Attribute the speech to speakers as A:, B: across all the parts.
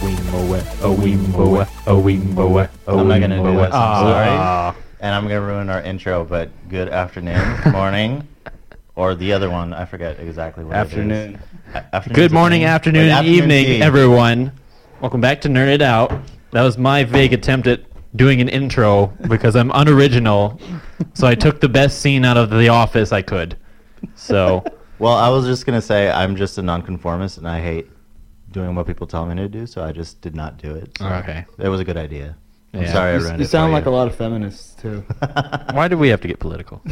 A: boy, a weem boy, a weem boy, a
B: I'm not
A: weem
B: gonna do
A: boy.
B: this, I'm
A: Ah.
B: And I'm gonna ruin our intro, but good afternoon, morning, or the other one. I forget exactly what It
C: Afternoon.
B: is. A- afternoon's
C: Good
B: a
C: morning,
B: thing.
C: afternoon,
B: Wait,
C: and evening,
B: tea.
C: everyone. Welcome back to Nerd It Out. That was my vague attempt at doing an intro because I'm unoriginal, so I took the best scene out of The Office I could. So,
B: Well, I was just gonna say I'm just a nonconformist, and I hate doing what people tell me to do, so I just did not do it. So
C: okay.
B: It was a good idea. I'm
C: Yeah.
B: sorry, I
C: You-
B: ruined
D: You
B: it
D: sound
B: for
D: like
B: you.
D: a lot of feminists too.
C: Why do we have to get political?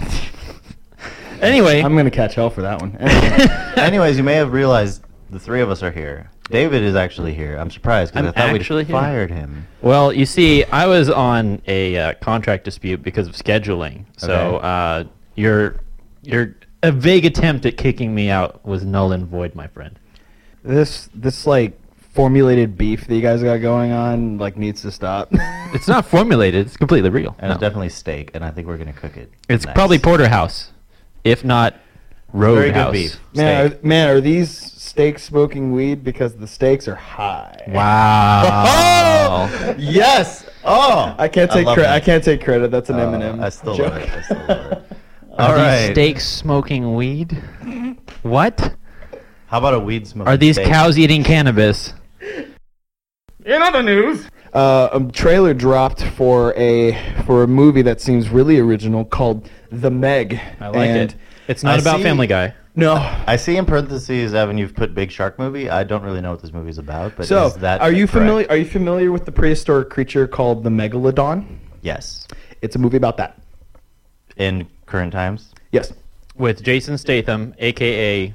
C: Anyway,
D: I'm gonna catch hell for that one. Anyway.
B: Anyways, you may have realized the three of us are here. David is actually here. I'm surprised because
C: I'm
B: I thought
C: actually
B: we
C: here.
B: fired him.
C: Well, you see, I was on a uh, contract dispute because of scheduling. So
B: Okay.
C: uh, your your a vague attempt at kicking me out was null and void, my friend.
D: this this like formulated beef that you guys got going on like needs to stop.
C: It's not formulated; it's completely real.
B: And it's definitely steak, and I think we're gonna cook it.
C: it's
B: nice.
C: probably porterhouse, if not
B: Very good
C: roadhouse.
B: beef.
D: Man, are,
B: Steak.
D: man, are these steaks smoking weed because the stakes are high?
C: Wow.
B: Oh, yes. Oh,
D: I can't take
B: love
D: credit.
B: that.
D: I can't take credit. That's an
B: Uh,
D: Eminem.
B: I still
D: joke.
B: love it. I still love it.
C: Are
B: All
C: these
B: right.
C: steaks smoking weed? What?
B: How about a weed smoke?
C: Are these
B: steak?
C: cows eating cannabis?
D: uh, a trailer dropped for a for a movie that seems really original called The Meg.
C: I like
D: And-
C: it. It's not
B: I
C: about
B: see.
C: Family Guy.
D: No,
B: I see in parentheses, Evan, you've put Big Shark movie. I don't really know what this movie's about, but
D: So,
B: is that
D: are you
B: correct?
D: familiar? Are you familiar with the prehistoric creature called the megalodon?
B: Yes.
D: It's a movie about that.
B: In current times.
D: Yes,
C: with Jason Statham, aka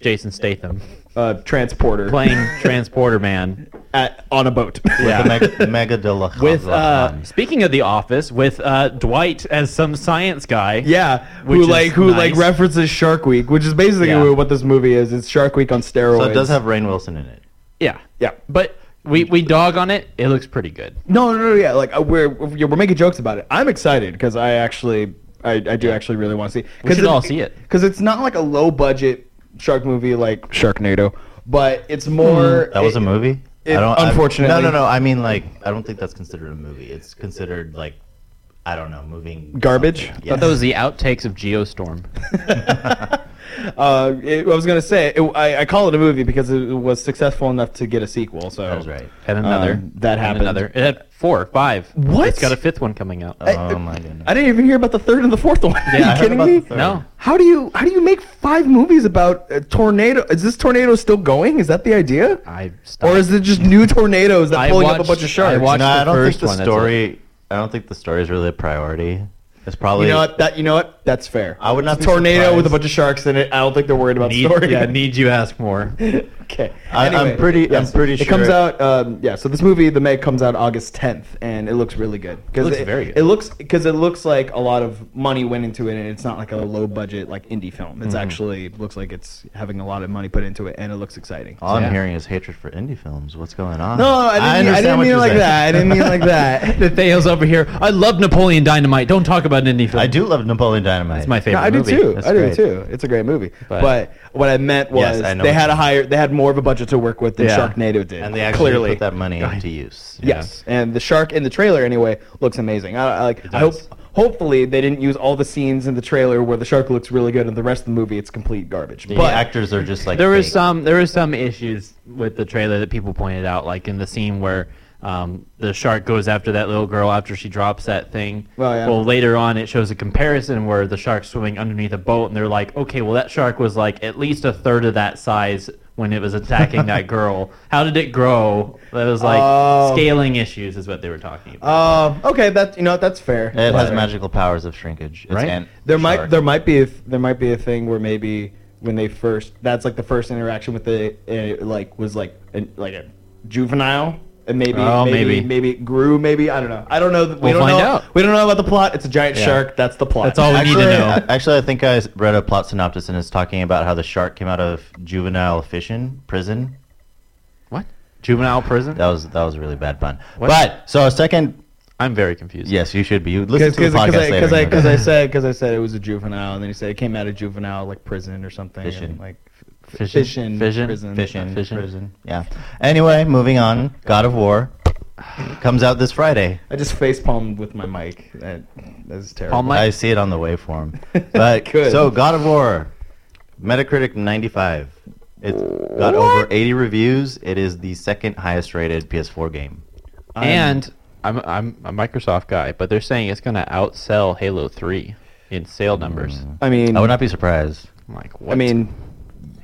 C: Jason Statham,
D: uh, transporter
C: playing Transporter Man.
D: at, on a boat.
C: Yeah.
B: The Meg- Mega Deluxe.
C: With uh, speaking of The Office, with uh, Dwight as some science guy.
D: yeah,
C: Which
D: who
C: is
D: like who like
C: nice.
D: references Shark Week, which is basically
C: Yeah.
D: what this movie is. It's Shark Week on steroids.
B: so it does have Rain Wilson in it.
C: yeah,
D: Yeah.
C: But we we dog on it. It looks pretty good.
D: No, no, no, yeah. Like uh, we're we're we're making jokes about it. I'm excited because I actually I, I do actually really want to see.
C: We should all see it.
D: because it's not like a low budget shark movie like Sharknado, but it's more.
B: Hmm. That was a
D: it-
B: movie.
D: it-
B: I don't, I-
D: unfortunately-
B: no, no, no. I mean, like, I don't think that's considered a movie. It's considered like, I don't know, moving
D: Garbage?
B: something.
C: I thought that was the outtakes of Geostorm.
D: Uh, it, I was gonna say it, I, I call it a movie because it was successful enough to get a sequel. So
B: That was right.
C: And another.
D: Um, that
C: and
D: happened.
C: Another. It had four, five.
D: What?
C: It's got a fifth one coming out.
B: oh my goodness.
D: I didn't even hear about the third and the fourth one.
C: Yeah, I
D: Are
C: heard
D: you kidding
B: about
D: me?
B: the third.
C: no.
D: How do you how do you make five movies about a tornado? Is this tornado still going? Is that the idea?
C: Oh, I stopped.
D: Or is it just new tornadoes that
C: I
D: pulling up a
C: watched-
D: bunch of sharks?
C: I watched-
B: No,
C: the
B: I don't think
C: first
B: the
C: one, that's it.
B: story. I don't think the story is really a priority. It's probably
D: you know what? That you know what? That's fair.
B: I would not
D: It's
B: be
D: a tornado
B: surprised.
D: with a bunch of sharks in it. I don't think they're worried about
C: Need,
D: story.
C: yeah, need you ask more.
D: okay.
B: I- I'm
D: Anyway,
B: pretty- I'm pretty
D: It comes
B: sure-
D: out. Um, yeah. So this movie, The Meg, comes out August 10th, and it looks really good. Cause
C: Looks very good.
D: It looks because it looks like a lot of money went into it, and it's not like a low budget like indie film.
B: Mm-hmm.
D: It's actually looks like it's having a lot of money put into it, and it looks exciting.
B: All I'm
C: Yeah.
B: hearing is hatred for indie films. What's going on?
D: No, I didn't, I
B: understand
D: didn't
B: what
D: mean it
B: you're
D: like
B: saying.
D: that. I didn't mean it like that.
C: Nathaniel's over here. I love Napoleon Dynamite. Don't talk about an indie film.
B: I do love Napoleon Dynamite.
C: It's my favorite.
D: No, I do
C: movie.
D: too.
B: That's
D: I do
B: great.
D: too. It's a great movie.
C: But-
D: But, what I meant was
B: Yes, I know
D: they
B: what
D: had
B: you
D: a higher, they had more of a budget to work with than
C: Yeah.
D: Sharknado did.
B: And they actually
D: clearly
B: put that money to use. Yeah.
D: Yes, and the shark in the trailer anyway looks amazing. I, I like. I hope.
B: does.
D: Hopefully, they didn't use all the scenes in the trailer where the shark looks really good, and the rest of the movie it's complete garbage.
B: The
D: but
B: actors are just like
C: There was
B: fake.
C: some there was some issues with the trailer that people pointed out, like in the scene where um, the shark goes after that little girl after she drops that thing.
D: Well, yeah.
C: later on it shows a comparison where the shark's swimming underneath a boat, and they're like, okay, well that shark was like at least a third of that size when it was attacking that girl. How did it grow? That was like
D: Oh.
C: scaling issues is what they were talking about.
D: uh, okay, that you know what, that's fair.
B: It has
D: Fair.
B: magical powers of shrinkage. It's
C: Right?
B: ant-
D: There
B: shark.
D: might there might be a, there might be a thing where maybe when they first that's like the first interaction with the uh, like was like an, like a juvenile and maybe
C: Oh,
D: maybe,
C: maybe.
D: maybe it grew maybe I don't know I don't know we
C: We'll
D: don't
C: find
D: know
C: out.
D: we don't know about the plot it's a giant
B: Yeah.
D: shark that's the plot
C: That's all we need
B: Actually,
C: to know.
B: I- actually, I think I s- read a plot synopsis and it's talking about how the shark came out of juvenile fission prison.
C: what? Juvenile prison?
B: That was that was a really bad pun.
C: What?
B: But so our second,
C: I'm very confused.
B: yes, you should be. You listen
D: because
B: to the podcast
D: I,
B: later.
D: cause I,
B: you know.
D: cause I said because I said it was a juvenile and then he said it came out of juvenile like prison or something
B: Fission.
D: and, like f-
C: Fission.
D: Fission
C: Fission.
D: prison.
B: Fission,
C: Fission.
B: prison. Yeah. Anyway, moving on. God of War comes out this Friday.
D: I just face palmed with my mic. That that's terrible.
C: Palm mic?
B: I see it on the waveform. But
D: Good.
B: so God of War, Metacritic 95. It's got over 80 reviews. It is the second highest rated PS4 game.
D: I'm-
C: and I'm I'm a Microsoft guy, but they're saying it's gonna outsell Halo Three in sale numbers.
D: I mean,
B: I would not be surprised.
C: I'm like, what?
D: I mean,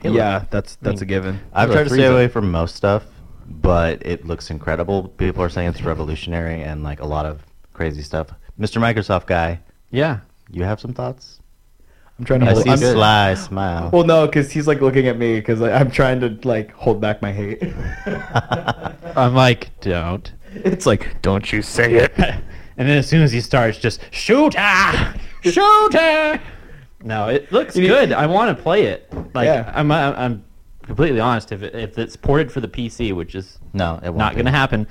C: Halo.
D: yeah, that's that's
C: mean,
D: a given.
B: I've tried
C: Halo
B: to
C: 3's
B: stay
C: a-
B: away from most stuff, but it looks incredible. People are saying it's revolutionary and like a lot of crazy stuff. Mr. Microsoft guy,
C: yeah.
B: you have some thoughts?
D: I'm trying to.
B: I
D: hold,
B: see
D: I'm,
B: sly smile.
D: Well, no, because he's like looking at me because I'm trying to like hold back my hate.
C: I'm like, don't.
D: it's like, don't you say it.
C: and then as soon as he starts, just shooter, shooter. No, it looks
D: You need-
C: good. I want to play it. Like,
D: Yeah.
C: I'm, I'm I'm completely honest. If it, if it's ported for the PC, which is
B: no, it won't
C: not
B: be.
C: gonna happen.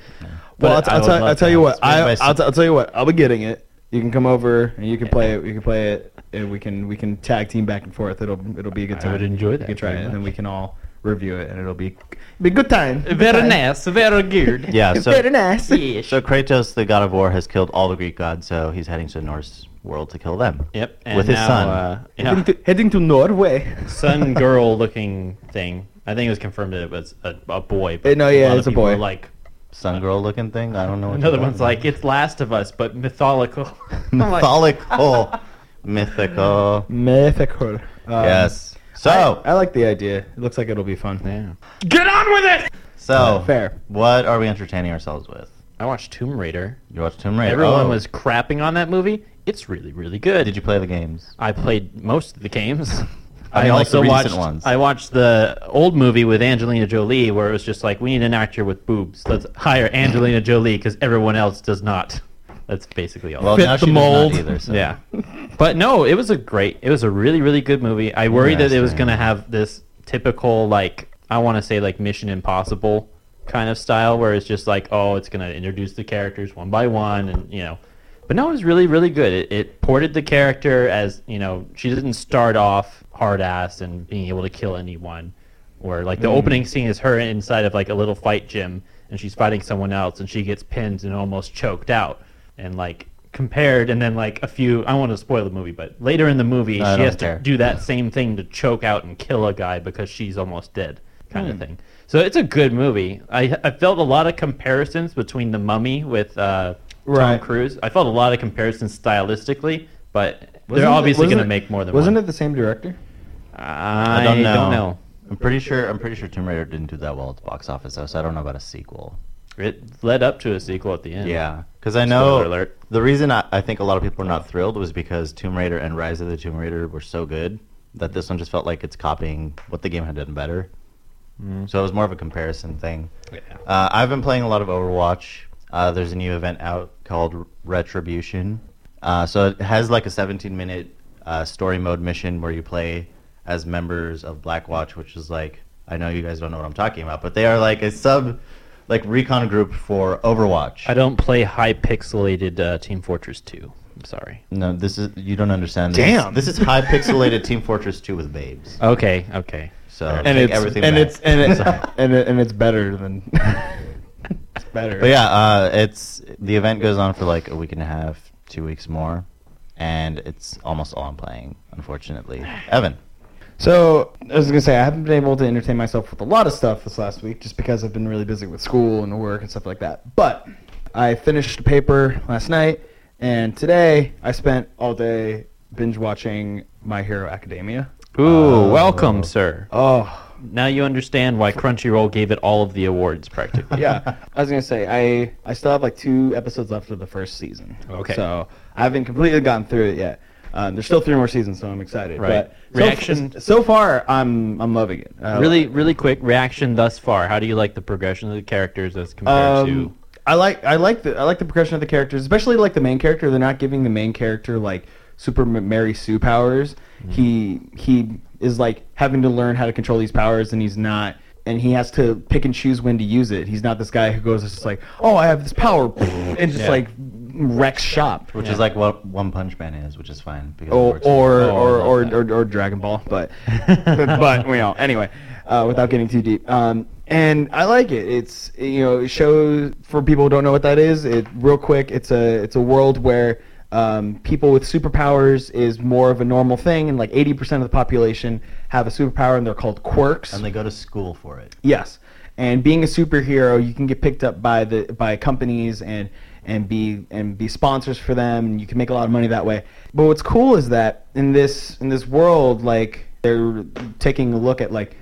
D: Well,
C: but
D: I'll, t-
C: I
D: I'll,
C: would
D: tell-
C: love
D: I'll
C: to
D: tell you
C: have
D: what.
B: Made
C: it.
B: by
D: I, I'll,
B: some-
D: t- I'll tell you what. I'll be getting it. You can come over and you can play it. You can play it, and we can we can tag team back and forth. It'll it'll be a good
C: I
D: time.
C: would enjoy
D: You
C: that
D: can try
C: very
D: it, and then
C: much.
D: we can all review it, and it'll be be a good time. Good
C: Very
D: time.
C: nice, very good.
B: Yeah, so
D: Very nice.
C: Yes.
B: So Kratos, the god of war, has killed all the Greek gods, so he's heading to the Norse world to kill them.
C: Yep. And
B: With his
C: now,
B: son.
C: Uh, yeah.
D: Heading, to, heading to Norway.
C: Sun girl looking thing. I think it was confirmed that it was a, a boy.
D: Eh, no, yeah,
C: lot of
D: it's a
C: people
D: boy.
C: are Like
B: Sun girl looking thing. I don't know. What
C: another
B: you're
C: one's
B: talking
C: like it's Last of Us, but mythological. I'm like-
B: about. mythological, mythical.
D: Mythical. Um,
B: yes. So
D: I like the idea. It looks like it'll be fun.
C: Oh. yeah.
B: so
D: Fair.
B: What are we entertaining ourselves with?
C: I watched Tomb Raider.
B: You watched Tomb Raider.
C: Everyone
B: Oh.
C: was crapping on that movie. It's really, really good.
B: Did you play the games?
C: I played most of the games.
B: I
C: I,
B: mean, like
C: also
B: the recent
C: watched.
B: ones.
C: I watched the old movie with Angelina Jolie, where it was just like, we need an actor with boobs. Let's hire Angelina Jolie because everyone else does not. That's basically all.
B: Well,
D: Fit
B: now
D: the
B: she does not
D: mold.
B: either, so.
C: Yeah. But no, it was a great, it was a really, really good movie. I worried that it was
B: Interesting.
C: going to have this typical, like, I want to say, like, Mission Impossible kind of style where it's just like, oh, it's going to introduce the characters one by one and, you know. But no, it was really, really good. It, it ported the character as, you know, she didn't start off hard ass and being able to kill anyone. Or, like,
B: Mm.
C: the opening scene is her inside of, like, a little fight gym and she's fighting someone else and she gets pinned and almost choked out and like compared and then like a few I don't want to spoil the movie, but later in the movie
B: I
C: she
B: don't
C: has
B: care.
C: to do that same thing to choke out and kill a guy because she's almost dead kind
D: Hmm.
C: of thing. So it's a good movie. I I felt a lot of comparisons between the mummy with uh
D: Right.
C: Tom Cruise. I felt a lot of comparisons stylistically, but
D: Wasn't
C: they're
D: it-
C: obviously
D: wasn't
C: going to
D: it-
C: make more than
D: Wasn't
C: one.
D: it the same director?
C: I, don't know.
B: I'm pretty sure. I'm pretty sure Tomb Raider didn't do that well at the box office, though. So I don't know about a sequel.
C: It led up to a sequel at the end.
B: Yeah, because I
C: Spoiler
B: know
C: alert.
B: the reason I, I think a lot of people are not thrilled was because Tomb Raider and Rise of the Tomb Raider were so good that this one just felt like it's copying what the game had done better. So it was more of a comparison thing.
C: Mm-hmm. Yeah.
B: Uh, I've been playing a lot of Overwatch. Uh, there's a new event out called Retribution. Uh, so it has like a 17 minute uh, story mode mission where you play as members of Blackwatch, which is like, I know you guys don't know what I'm talking about, but they are like a sub, like recon group for Overwatch.
C: I don't play high pixelated uh, Team Fortress 2. I'm sorry.
B: No, this is you don't understand. This
D: Damn. Oh.
B: is, this is high pixelated Team Fortress Two with babes.
C: Okay, okay.
B: So
D: and
B: take
D: it's
B: everything
D: and
B: back.
D: it's and it's
B: Sorry.
D: and, it, and it's better than it's better.
B: But yeah, uh, it's the event goes on for like a week and a half, two weeks more, and it's almost all I'm playing, unfortunately. Evan,
D: So I was gonna say I haven't been able to entertain myself with a lot of stuff this last week, just because I've been really busy with school and work and stuff like that. But I finished a paper last night, and today I spent all day binge watching My Hero Academia.
C: Ooh,
B: Oh.
C: welcome, sir.
D: Oh
C: Now you understand why Crunchyroll gave it all of the awards, practically.
D: yeah, I was gonna say I I still have like two episodes left of the first season.
C: Okay.
D: So I haven't completely gotten through it yet. Um, there's still three more seasons, so I'm excited.
C: Right.
D: But so f-
C: Reaction-
D: so far, I'm I'm loving it. Uh,
C: Really, really quick reaction thus far. How do you like the progression of the characters as compared
D: Um,
C: to?
D: I like I like the I like the progression of the characters, especially like the main character. They're not giving the main character like Super M- Mary Sue powers. He he is like having to learn how to control these powers, and he's not. And he has to pick and choose when to use it. He's not this guy who goes just like, oh, I have this power, and just
C: Yeah.
D: like wrecks shop.
B: which
C: Yeah.
B: is like what One Punch Man is, which is fine because it
D: or
B: works.
D: or
C: Oh, I
D: or,
C: love
D: or,
C: that.
D: or, or Dragon Ball, but but you know anyway. uh, without getting too deep. Um, and I like it. It's you know it shows for people who don't know what that is. It real quick. It's a it's a world where um, people with superpowers is more of a normal thing, and like eighty percent of the population have a superpower, and they're called quirks.
B: And they go to school for it.
D: Yes, and being a superhero, you can get picked up by the by companies and and be and be sponsors for them, and you can make a lot of money that way. But what's cool is that in this in this world, like they're taking a look at like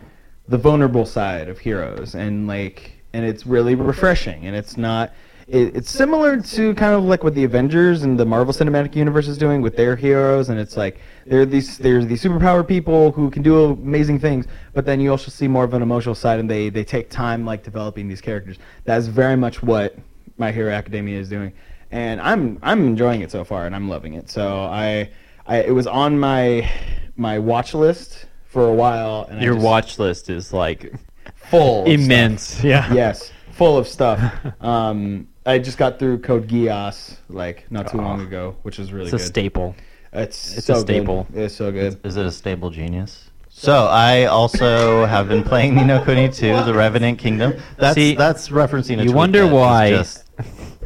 D: the vulnerable side of heroes, and like and it's really refreshing, and it's not. It, it's similar to kind of like what the Avengers and the Marvel Cinematic Universe is doing with their heroes, and it's like there are these there's these superpower people who can do amazing things, but then you also see more of an emotional side, and they they take time like developing these characters. That's very much what My Hero Academia is doing, and I'm I'm enjoying it so far, and I'm loving it. So I, I it was on my my watch list for a while, and I
C: Your
D: just-
C: watch list is like
D: full of stuff.
C: immense. Yeah.
D: Yes, full of stuff. Um, I just got through Code Geass like not too long ago, which is really
C: It's a
D: good.
C: staple.
D: It's
C: it's
D: so
C: a
D: good.
C: staple.
D: It's so good.
B: Is it a stable genius? So I also have been playing Ni no Kuni 2, The Revenant Kingdom. That's
C: See,
B: that's referencing. A
C: you
B: tweet
C: wonder
B: that is
C: why-
B: Just,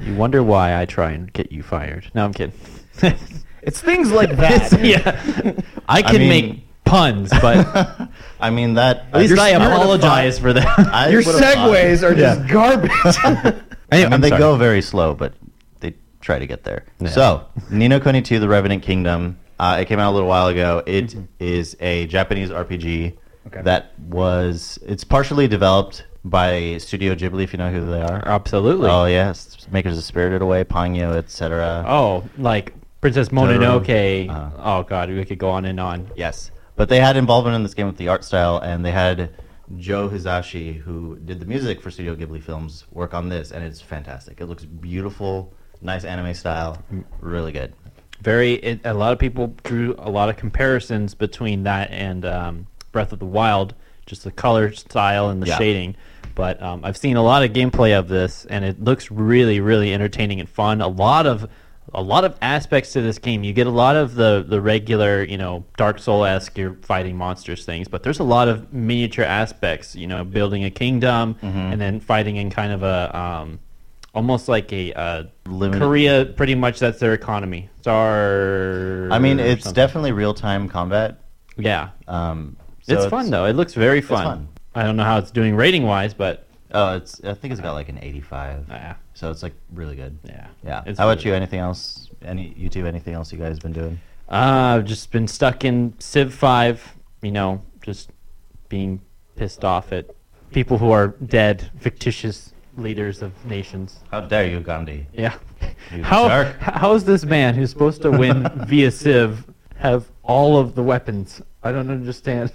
C: You wonder why I try and get you fired. No, I'm kidding.
D: It's things like that.
C: yeah. I can
B: mean-
C: make puns, but
B: I mean that.
C: at least I
B: you're gonna
C: apologize
B: fi-
C: for that.
B: I
D: Your
B: would've thought-
D: segues are just garbage.
C: Anyway,
B: I mean,
C: I'm
B: they
C: sorry.
B: go very slow, but they try to get there.
C: Yeah.
B: So, Nino Kuni 2, The Revenant Kingdom. Uh, it came out a little while ago. It is
C: Mm-hmm.
B: a Japanese RPG
D: Okay.
B: that was. It's partially developed by Studio Ghibli, if you know who they are.
C: Absolutely.
B: Oh yes, makers of Spirited Away, Ponyo, etc.
C: Oh, like Princess Mononoke.
B: Uh-huh.
C: oh God, we could go on and on.
B: Yes, but they had involvement in this game with the art style, and they had Joe Hisashi, who did the music for Studio Ghibli films, work on this, and it's fantastic. It looks beautiful, nice anime style, really good.
C: Very. It, a lot of people drew a lot of comparisons between that and um, Breath of the Wild, just the color style and the
B: Yeah.
C: shading. But um, I've seen a lot of gameplay of this, and it looks really, really entertaining and fun. A lot of a lot of aspects to this game. You get a lot of the, the regular, you know, Dark Soul esque you're fighting monsters things, but there's a lot of miniature aspects. You know, building a kingdom and then fighting in kind of a um, almost like a uh,
B: Limited-
C: Korea. Pretty much that's their economy. It's our.
B: I mean, it's
C: something.
B: definitely real time combat.
C: yeah.
B: Um, so
C: it's, fun though. It looks very fun.
B: fun.
C: I don't know how it's doing rating wise, but
B: Oh, it's I think it's got like an eighty-five.
C: yeah,
B: So it's like really good.
C: yeah,
B: Yeah.
C: It's
B: How
C: really
B: about you? Anything else? Any you two? Anything else you guys been doing?
C: Uh, I've just been stuck in Civ 5, you know, just being pissed off at people who are dead, fictitious leaders of nations.
B: How dare you, Gandhi?
C: Yeah.
B: You
C: How,
B: jerk.
C: how is this man who's supposed to win via Civ have all of the weapons? I don't understand.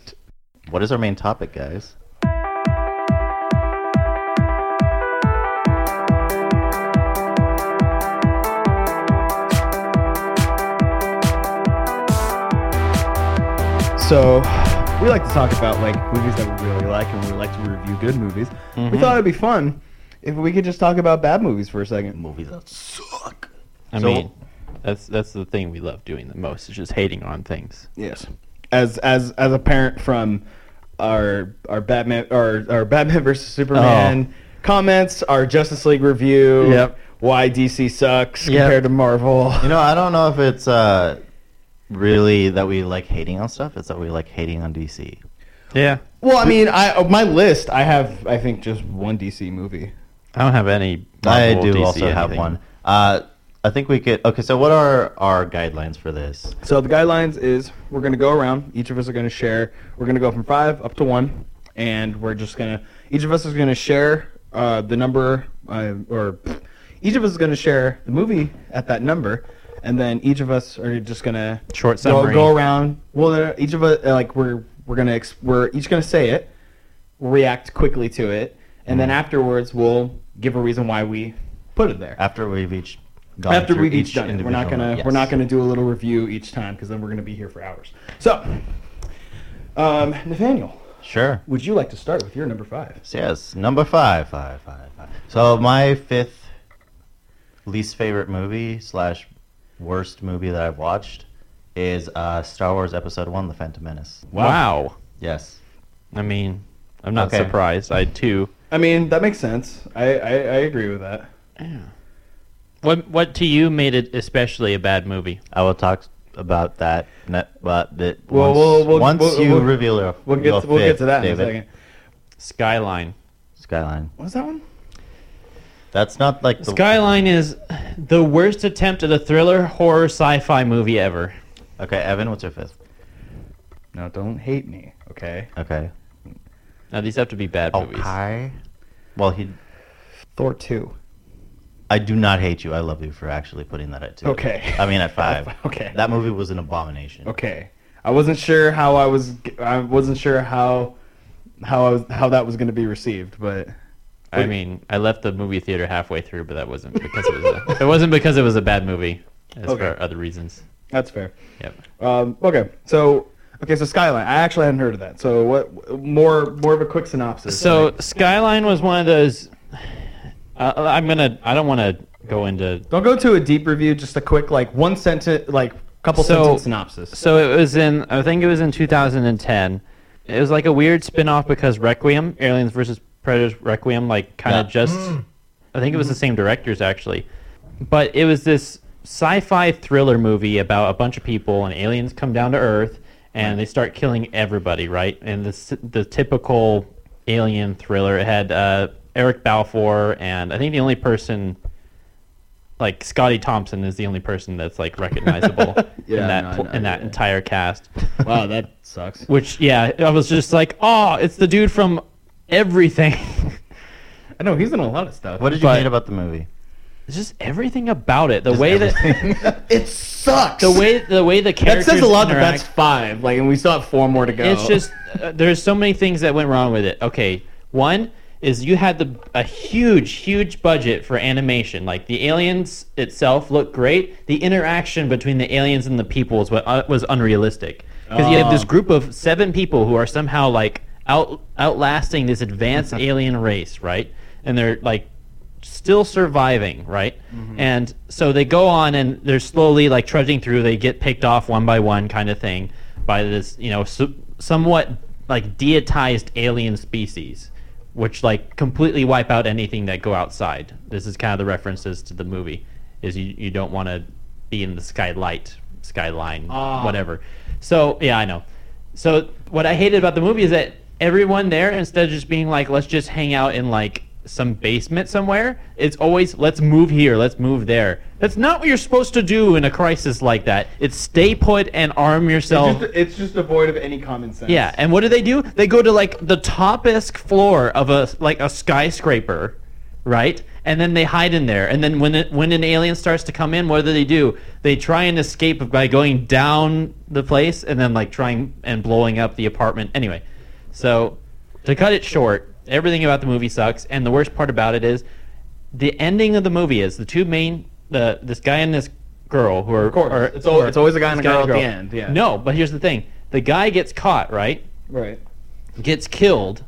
B: What is our main topic, guys?
D: so we like to talk about like movies that we really like, and we like to review good movies. We thought it'd be fun if we could just talk about bad movies for a second.
B: Movies that suck.
C: I
B: So-
C: mean, that's that's the thing we love doing the most is just hating on things.
D: Yes. As as as a parent from our our Batman our our Batman versus Superman comments, our Justice League review,
C: Yep.
D: why DC sucks
C: Yep.
D: compared to Marvel.
B: You know, I don't know if it's uh, really that we like hating on stuff. It's that we like hating on DC.
C: Yeah.
D: Well, I mean, I of my list I have I think just one DC movie.
C: I don't have any.
B: I
C: Marvel,
B: do
C: DC,
B: also have
C: anything.
B: one. Uh, I think we could. Okay, so what are our guidelines for this?
D: So the guidelines is we're gonna go around. Each of us are gonna share. We're gonna go from five up to one, and we're just gonna each of us is gonna share uh, the number uh, or each of us is gonna share the movie at that number, and then each of us are just gonna
C: Short
D: go-
C: summary.
D: Go, around. Well, no, each of us uh, like we're we're gonna ex- we're each gonna say it, react quickly to it, and
C: Mm-hmm.
D: then afterwards we'll give a reason why we put it there
B: After we've each gone
D: after
B: through
D: we've each done it. We're
B: individual
D: not gonna
B: yes.
D: we're not gonna do a little review each time because then we're gonna be here for hours. So, um, Nathaniel,
B: Sure.
D: would you like to start with your number five?
B: So yes, number five, five, five, five. So my fifth least favorite movie slash worst movie that I've watched is uh, Star Wars Episode One: The Phantom Menace.
C: Wow.
B: Yes.
C: I mean, I'm not
B: Okay.
C: surprised. I too.
D: I mean, that makes sense. I, I, I agree with that.
C: What what to you made it especially a bad movie?
B: I will talk about that. Not, but that
D: Well,
B: once,
D: we'll- we'll-
B: once
D: we'll-
B: you
D: we'll-
B: reveal your,
D: We'll get
B: your
D: to, we'll get
B: fifth,
D: to that
B: David.
D: in a second.
C: Skyline.
B: Skyline.
D: What was that one?
B: That's not like the
C: Skyline is the worst attempt at a thriller horror sci-fi movie ever.
B: Okay, Evan, what's your fifth?
D: No, don't hate me, okay?
B: Okay.
C: Now these have to be bad
B: Oh,
C: movies.
B: Well, he.
D: Thor two.
B: I do not hate you. I love you for actually putting that at two.
D: Okay.
B: I mean at five.
D: Okay.
B: That movie was an abomination.
D: Okay, I wasn't sure how I was. I wasn't sure how how I was, how that was going to be received, but
C: I mean, I left the movie theater halfway through, but that wasn't because it was a, it wasn't because it was a bad movie. As
D: Okay.
C: for other reasons.
D: that's fair.
C: Yep.
D: Um, okay, so okay, so Skyline. I actually hadn't heard of that. So what? More more of a quick synopsis.
C: So Skyline was one of those. Uh, I'm gonna. I don't want to go into
D: don't go to a deep review. Just a quick like one sentence, like couple
C: So-
D: sentence synopsis.
C: So it was in, I think it was in 2010. It was like a weird spin-off because Requiem, Aliens versus Predators Requiem, like kind of
B: Yeah.
C: just,
D: Mm.
C: I think it was the same directors actually. But it was this sci-fi thriller movie about a bunch of people and aliens come down to Earth and they start killing everybody, right? And this the typical alien thriller. It had uh, Eric Balfour and I think the only person like Scotty Thompson is the only person that's like recognizable
D: Yeah,
C: in that
D: no, I
C: pl-
D: know,
C: in that
D: yeah.
C: entire cast.
D: wow, that sucks.
C: Which yeah, I was just like, oh, it's the dude from everything.
D: I know he's in a lot of stuff.
B: What did you
C: But-
B: hate about the movie?
C: It's just everything about it. The way that
D: it sucks.
C: the way the way the
D: that
C: characters
D: says a lot. That
C: interact-
D: that's five. Like, and we still have four more to go.
C: It's just uh, there's so many things that went wrong with it. Okay, one is you had the a huge, huge budget for animation. Like the aliens itself looked great. The interaction between the aliens and the people was what uh, was unrealistic because you have this
D: Oh.
C: group of seven people who are somehow like out outlasting this advanced alien race, right? And they're like still surviving, right? And so they go on and they're slowly like trudging through. They get picked off one by one, kind of thing, by this you know su- somewhat like deitized alien species, which like completely wipe out anything that go outside. This is kind of the references to the movie, is you you don't want to be in the skylight, skyline,
D: Ah.
C: whatever. So yeah, I know. So what I hated about the movie is that everyone there, instead of just being like, let's just hang out in like some basement somewhere, it's always let's move here, let's move there. That's not what you're supposed to do in a crisis like that. It's stay put and arm yourself.
D: It's just, it's just devoid of any common sense.
C: yeah, and what do they do? They go to like the toppest floor of a like a skyscraper, right? And then they hide in there. And then when it, when an alien starts to come in, what do they do? They try and escape by going down the place and then like trying and blowing up the apartment. Anyway, so to cut it short, everything about the movie sucks. And the worst part about it is the ending of the movie is the two main the this guy and this girl who are
D: Of course.
C: are-
D: It's al- it's always a guy and
C: this
D: a girl at the end, yeah.
C: No, but here's the thing: the guy gets caught, right?
D: Right.
C: Gets killed.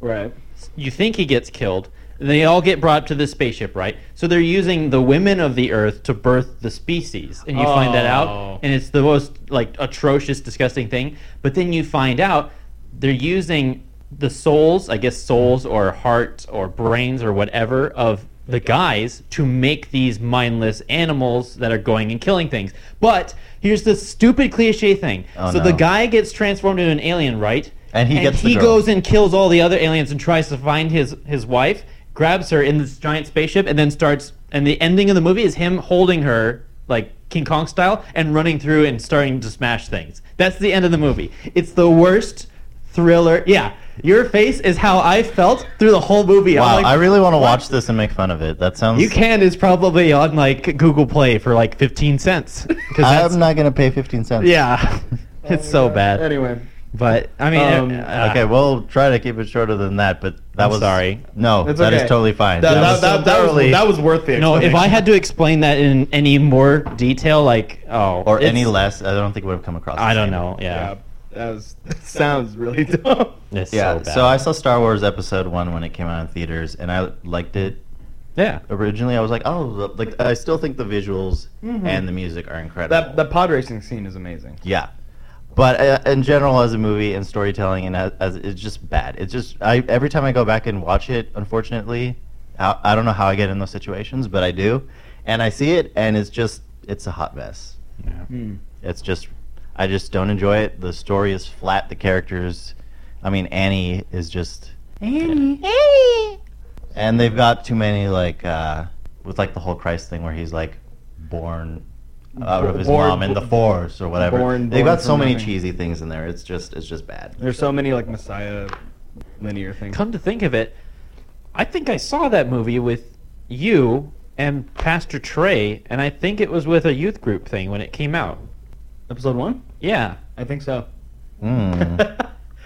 D: Right.
C: You think he gets killed. They all get brought to the spaceship, right? So they're using the women of the Earth to birth the species, and you find that
D: Oh.
C: out, and it's the most like atrocious, disgusting thing. But then you find out they're using the souls, I guess souls or hearts or brains or whatever of the guys to make these mindless animals that are going and killing things. But here's the stupid cliche thing.
B: Oh,
C: so the
B: no.
C: guy gets transformed into an alien, right?
B: And he gets the
C: he
B: girl.
C: goes and kills all the other aliens and tries to find his his wife, grabs her in this giant spaceship, and then starts. And the ending of the movie is him holding her like King Kong style and running through and starting to smash things. That's the end of the movie. It's the worst thriller. Yeah, your face is how I felt through the whole movie. I'm
B: Wow,
C: like,
B: I really want to watch this and make fun of it. That sounds.
C: you can is probably on like Google Play for like 15 cents. 'Cause that's-
B: I'm not gonna pay fifteen cents.
C: yeah, it's so bad.
D: Oh, Anyway.
C: But I mean,
D: Um,
C: uh,
B: Okay, we'll try to keep it shorter than that, but that
C: I'm
B: was
C: sorry.
B: No, that
D: That's
B: is
D: okay.
B: totally fine.
D: That, that,
B: was
D: that,
B: so
D: that was,
B: thoroughly-
D: that was worth the
C: No, if I
D: explanation.
C: had to explain that in any more detail, like oh,
B: or
C: it's-
B: any less, I don't think it would have come across. the
C: I don't
B: same.
C: know. Yeah,
D: that was, that sounds really dumb.
C: It's
B: Yeah,
C: So, bad.
B: so I saw Star Wars Episode One when it came out in theaters, and I liked it
C: yeah,
B: originally I was like, oh, the- like I still think the visuals
D: Mhm.
C: Mm-hmm.
B: and the music are incredible.
D: That the pod racing scene is amazing.
B: yeah, But uh, in general, as a movie and storytelling, and as, as it's just bad. It's just I every time I go back and watch it, unfortunately, I, I don't know how I get in those situations, but I do, and I see it, and it's just it's a hot mess.
A: Yeah.
B: It's just I just don't enjoy it. The story is flat. The characters, I mean, Annie is just Annie. Annie. And they've got too many like uh, with like the whole Christ thing where he's like born out of his
D: Born-
B: mom in the force or whatever.
D: born-
B: they've
D: born
B: got so
D: from
B: many
D: nothing.
B: cheesy things in there. It's just it's just bad.
D: There's so many like Messiah linear things.
C: Come to think of it, I think I saw that movie with you and Pastor Trey, and I think it was with a youth group thing when it came out.
D: Episode one?
C: Yeah.
D: I think so.
B: Mm.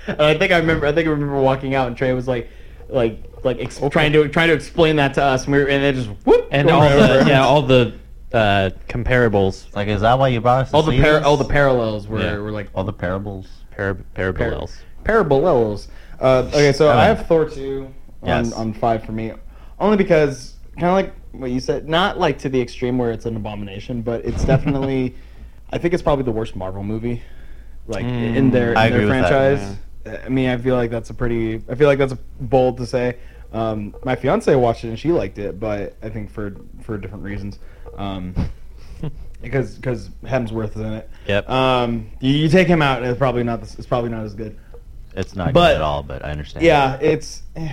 D: And I think I remember. I think I remember walking out, and Trey was like, like, like ex- trying to trying to explain that to us, and we were, and then just whoop,
C: And
D: going
C: all the
D: over.
C: yeah, all the uh, comparables,
B: Like, is that why you brought us? to
D: all the
B: see
D: par-
B: this?
D: all the parallels were
C: Yeah.
D: were like
B: all the parables.
C: parab- parabolols.
D: Parabolels. Uh, okay, so I have Thor two on,
B: Yes.
D: on five for me, only because kind of like what you said, not like to the extreme where it's an abomination, but it's definitely, I think it's probably the worst Marvel movie, like
C: Mm.
D: in their in
B: I
D: their
B: agree with that,
D: franchise. I mean, I feel like that's a pretty, I feel like that's bold to say. Um, my fiance watched it and she liked it, but I think for for different reasons. Um, because because Hemsworth is in it.
C: Yep.
D: Um, you, you take him out, and it's probably not this, it's probably not as good.
B: It's not
D: But-
B: good at all, but I understand.
D: Yeah, it's it,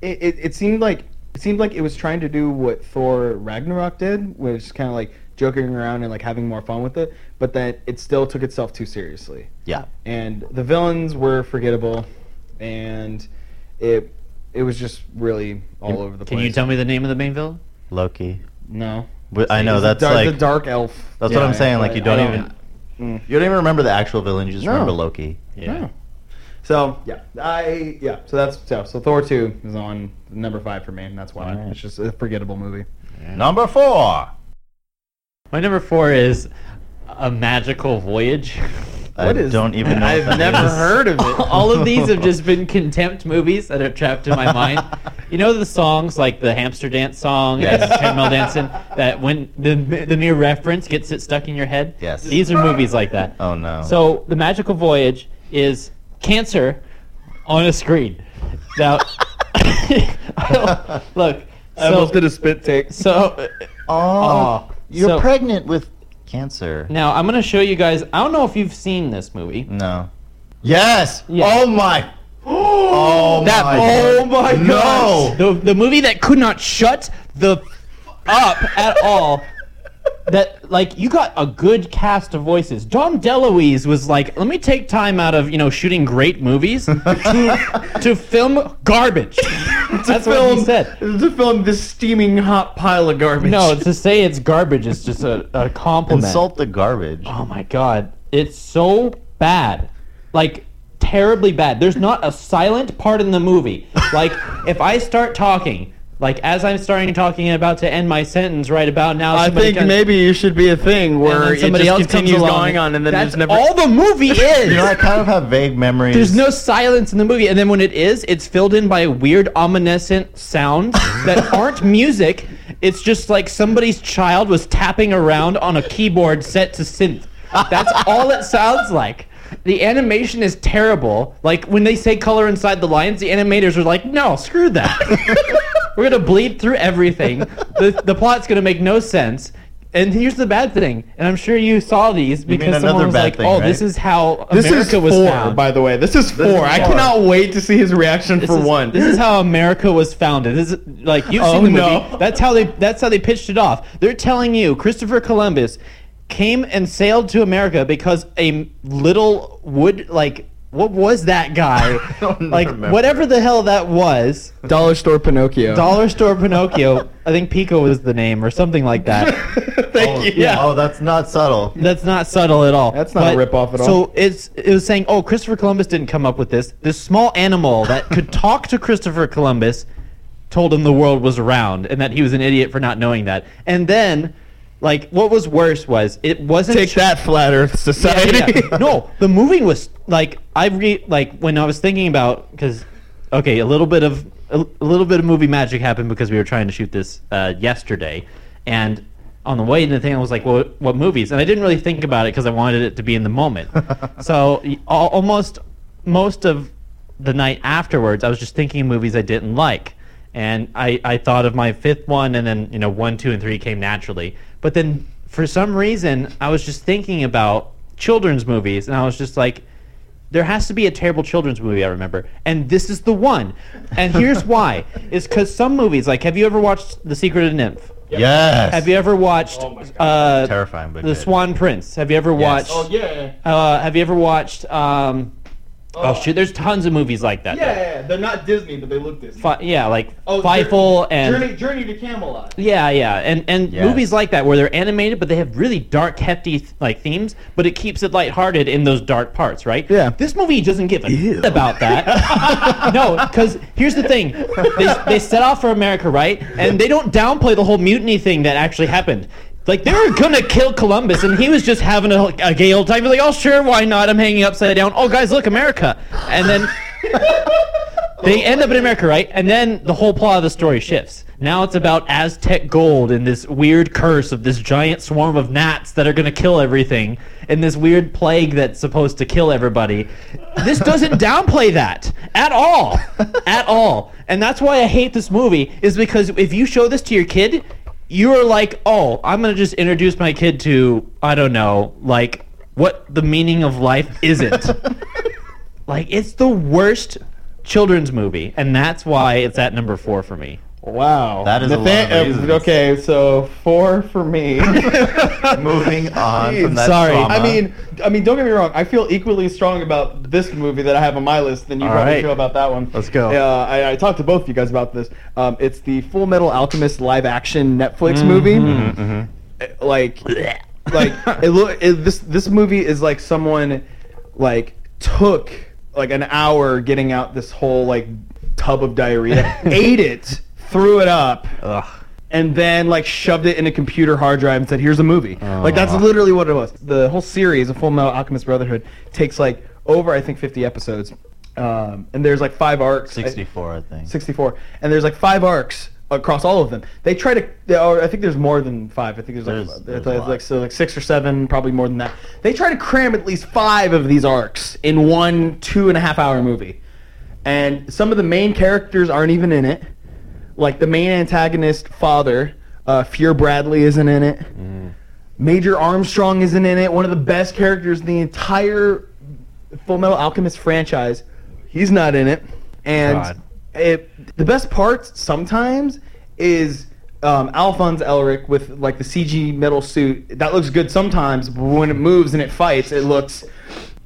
D: it, it seemed like it seemed like it was trying to do what Thor Ragnarok did, which is kind of like joking around and like having more fun with it, but that it still took itself too seriously.
B: yeah.
D: And the villains were forgettable, and it it was just really all over the place.
C: Can you tell me the name of the main villain?
B: Loki.
D: No.
B: But I know
D: It's the
B: that's
D: dark,
B: like
D: the dark elf.
B: That's what I'm saying. Like you
D: but I
B: don't, even
D: Mm.
B: you don't even remember the actual villain. You just
D: No.
B: remember Loki.
C: Yeah.
D: No. So yeah, I yeah. So that's so so Thor two is on number five for me, and that's why
B: Alright.
D: it's just a forgettable movie.
B: Number four.
C: My number four is a magical voyage.
B: I don't even know. what
D: I've
B: that
D: never
B: is.
D: heard of it.
C: All of these have just been contempt movies that are trapped in my mind. You know the songs like the hamster dance song and
B: Yes.
C: caramel dancing that when the the mere reference gets it stuck in your head.
B: Yes.
C: These are movies like that.
B: Oh no.
C: So the magical voyage is cancer on a screen. Now, I don't- look.
D: I almost
C: so,
D: did a spit take.
C: so
B: oh, you're
C: so-
B: pregnant with cancer.
C: now I'm gonna show you guys. I don't know if you've seen this movie.
B: No. Yes.
C: Yeah.
B: Oh my. Oh
C: That-
B: my.
C: oh
B: my No.
C: The, the movie that could not shut the f- up at all. That like you got a good cast of voices. Dom DeLuise was like, let me take time out of you know shooting great movies to, to film garbage. That's what he said.
D: To film this steaming hot pile of garbage.
C: No, to say it's garbage is just a, a compliment.
B: Insult the garbage.
C: Oh my god, it's so bad. Like terribly bad. There's not a silent part in the movie. Like if I start talking, like as I'm starting talking and about to end my sentence right about now,
D: I
C: somebody
D: think
C: comes-
D: maybe it should be a thing
C: and then
D: where it
C: somebody
D: just
C: else
D: continues
C: comes along.
D: going on, and then
C: That's
D: there's never.
C: all the movie is.
B: You know, I kind of have vague memories.
C: There's no silence in the movie, and then when it is, it's filled in by weird, ominescent sounds that aren't music. It's just like somebody's child was tapping around on a keyboard set to synth. That's all it sounds like. The animation is terrible. Like when they say color inside the lines, the animators are like, "No, screw that. We're gonna bleed through everything. The the plot's gonna make no sense." And here's the bad thing, and I'm sure you saw these because someone
B: another
C: was
B: bad
C: like,
B: thing,
C: "Oh, this
B: right?
C: is how
D: this
C: America
D: is
C: was
D: four,
C: found."
D: by the way. This is four. I
B: four.
D: cannot wait to see his reaction
C: This
D: for
C: is-
D: one.
C: This is how America was founded. This is like you've
D: Oh,
C: seen the movie.
D: no.
C: That's how they that's how they pitched it off. They're telling you Christopher Columbus came and sailed to America because a little wood like what was that guy?
B: don't
C: like
B: remember.
C: whatever the hell that was.
D: Dollar Store Pinocchio.
C: Dollar Store Pinocchio. I think Pico was the name or something like that.
D: Thank
B: Oh,
D: you.
B: yeah. Oh, that's not subtle.
C: That's not subtle at all.
D: That's not a ripoff at all.
C: So it's it was saying, oh, Christopher Columbus didn't come up with this. This small animal that could talk to Christopher Columbus told him the world was round and that he was an idiot for not knowing that. And then, like, what was worse was it wasn't
D: Take that, flat Earth
C: yeah,
D: Society.
C: yeah, yeah. no, the movie was like I re like when I was thinking about because okay, a little bit of a, a little bit of movie magic happened because we were trying to shoot this uh, yesterday, and on the way to the thing, I was like, "Well, what movies?" And I didn't really think about it because I wanted it to be in the moment. so y- al- almost most of the night afterwards, I was just thinking of movies I didn't like, and I I thought of my fifth one, and then you know one, two, and three came naturally. But then for some reason, I was just thinking about children's movies, and I was just like, there has to be a terrible children's movie I remember, and this is the one. And here's why: is because some movies, like, have you ever watched The Secret of Nymph?
B: Yes.
C: Have you ever watched
E: Oh my God.
C: uh,
B: Terrifying, but
C: The
B: good.
C: Swan Prince? Have you ever
B: Yes.
C: watched?
E: Oh yeah.
C: uh, have you ever watched? Um, oh. shoot, there's tons of movies like that.
E: Yeah, they're not Disney, but they look Disney.
C: Fi- yeah, like
E: Oh,
C: Fievel and
E: Journey, Journey to Camelot.
C: yeah, yeah, and and
B: Yes.
C: movies like that where they're animated, but they have really dark, hefty th- like themes, but it keeps it lighthearted in those dark parts, right?
D: Yeah.
C: This movie doesn't give a
D: Ew.
C: about that. no, because here's the thing: they they set off for America, right? And they don't downplay the whole mutiny thing that actually happened. Like they were gonna kill Columbus, and he was just having a, a gay old time. He's like, "Oh sure, why not? I'm hanging upside down. Oh guys, look, America!" And then they end up in America, right? And then the whole plot of the story shifts. Now it's about Aztec gold and this weird curse of this giant swarm of gnats that are going to kill everything and this weird plague that's supposed to kill everybody. This doesn't downplay that at all. At all. And that's why I hate this movie is because if you show this to your kid, you are like, "Oh, I'm going to just introduce my kid to I don't know, like what the meaning of life isn't." Like it's the worst children's movie, and that's why it's at number four for me.
D: Wow.
B: That is a lot of
D: uh,
E: um,
B: reasons.
D: okay, so four for me.
B: Moving on from that
C: Sorry.
B: trauma.
E: I mean, I mean, don't get me wrong. I feel equally strong about this movie that I have on my list than you
B: All
E: probably
B: right.
E: feel about that one.
B: Let's go.
E: Yeah,
D: Uh, I, I talked to both of you guys about this. Um, it's the Full Metal Alchemist live action Netflix
B: Mm-hmm,
D: movie.
B: Mhm.
D: Uh, Like, like it look it, this this movie is like someone like took like an hour getting out this whole like tub of diarrhea, ate it, threw it up,
B: Ugh.
D: and then like shoved it in a computer hard drive and said, "Here's a movie." Like that's literally what it was. The whole series, of Full Metal Alchemist Brotherhood, takes like over I think 50 episodes, um, and there's like five arcs. I-
B: 64, I think.
D: 64, and there's like five arcs across all of them. They try to, they are, I think there's more than five. I think there's like,
B: There's-
D: uh,
B: there's a
D: like,
B: lot.
D: like- so like six or seven, probably more than that. They try to cram at least five of these arcs in one two and a half hour movie, and some of the main characters aren't even in it. Like the main antagonist, father, uh, Fear Bradley isn't in it.
B: Mm-hmm.
D: Major Armstrong isn't in it. One of the best characters in the entire Full Metal Alchemist franchise. He's not in it.
A: God.
D: And it, the best part sometimes is um, Alphonse Elric with like the CG metal suit. That looks good sometimes, but when it moves and it fights, it looks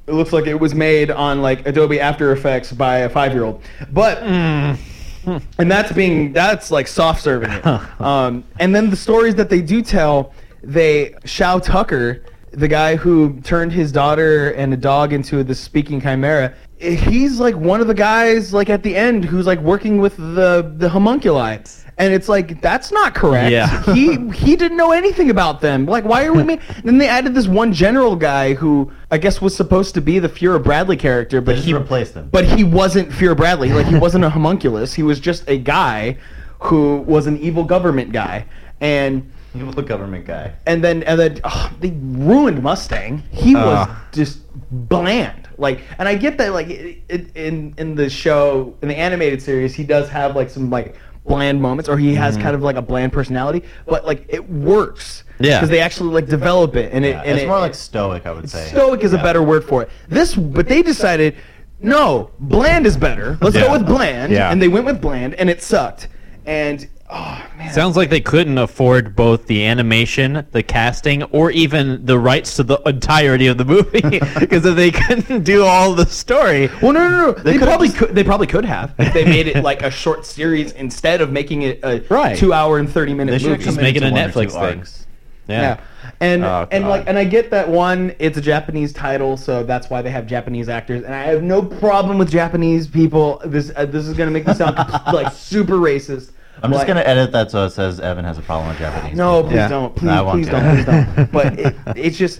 D: it looks like it was made on like Adobe After Effects by a five year old. But
C: Mm.
D: and that's being that's like soft serving it. um, and then the stories that they do tell, they Shao Tucker, the guy who turned his daughter and a dog into this speaking chimera, he's like one of the guys like at the end who's like working with the the homunculi. And it's like that's not correct.
C: Yeah.
D: he he didn't know anything about them. Like why are we? ma- then they added this one general guy who I guess was supposed to be the Fuhrer Bradley character, but
B: They just
D: he
B: replaced them.
D: But he wasn't Fear Bradley. Like he wasn't a homunculus. He was just a guy who was an evil government guy. And
B: You look government guy.
D: and then and then ugh, they ruined Mustang. He was
B: Ugh.
D: just bland. Like, and I get that. Like, it, it, in in the show, in the animated series, he does have like some like bland moments, or he
B: Mm-hmm.
D: has kind of like a bland personality. But like, it works.
C: Yeah.
D: Because they actually like develop it, and it
B: Yeah,
D: and
B: it's
D: it-
B: more like stoic, I would say.
D: Stoic is a
B: Yeah.
D: better word for it. This, but they decided, no, bland is better. Let's
C: Yeah.
D: go with bland.
A: Yeah.
D: And they went with bland, and it sucked. And oh man,
C: Sounds like they couldn't afford both the animation, the casting, or even the rights to the entirety of the movie because they couldn't do all the story.
D: well, no, no, no. They,
B: could've
D: probably could. They probably could have. If they made it like a short series instead of making it a
C: Right.
D: two-hour and thirty-minute
B: They should
D: movie.
B: have
C: make it
B: committed
C: a
B: to one or
C: Netflix
B: two
C: thing.
B: arcs.
D: Yeah. And
B: Oh,
D: and like
B: God.
D: and I get that one it's a Japanese title so that's why they have Japanese actors and I have no problem with Japanese people this uh, this is going to make me sound like super racist.
B: I'm just
D: Like-
B: gonna edit that so it says Evan has a problem with Japanese.
D: No,
B: people.
D: please
A: Yeah.
D: don't. Please,
B: No, I won't
D: please
B: do
D: don't. Please
B: it.
D: don't. But it, it's just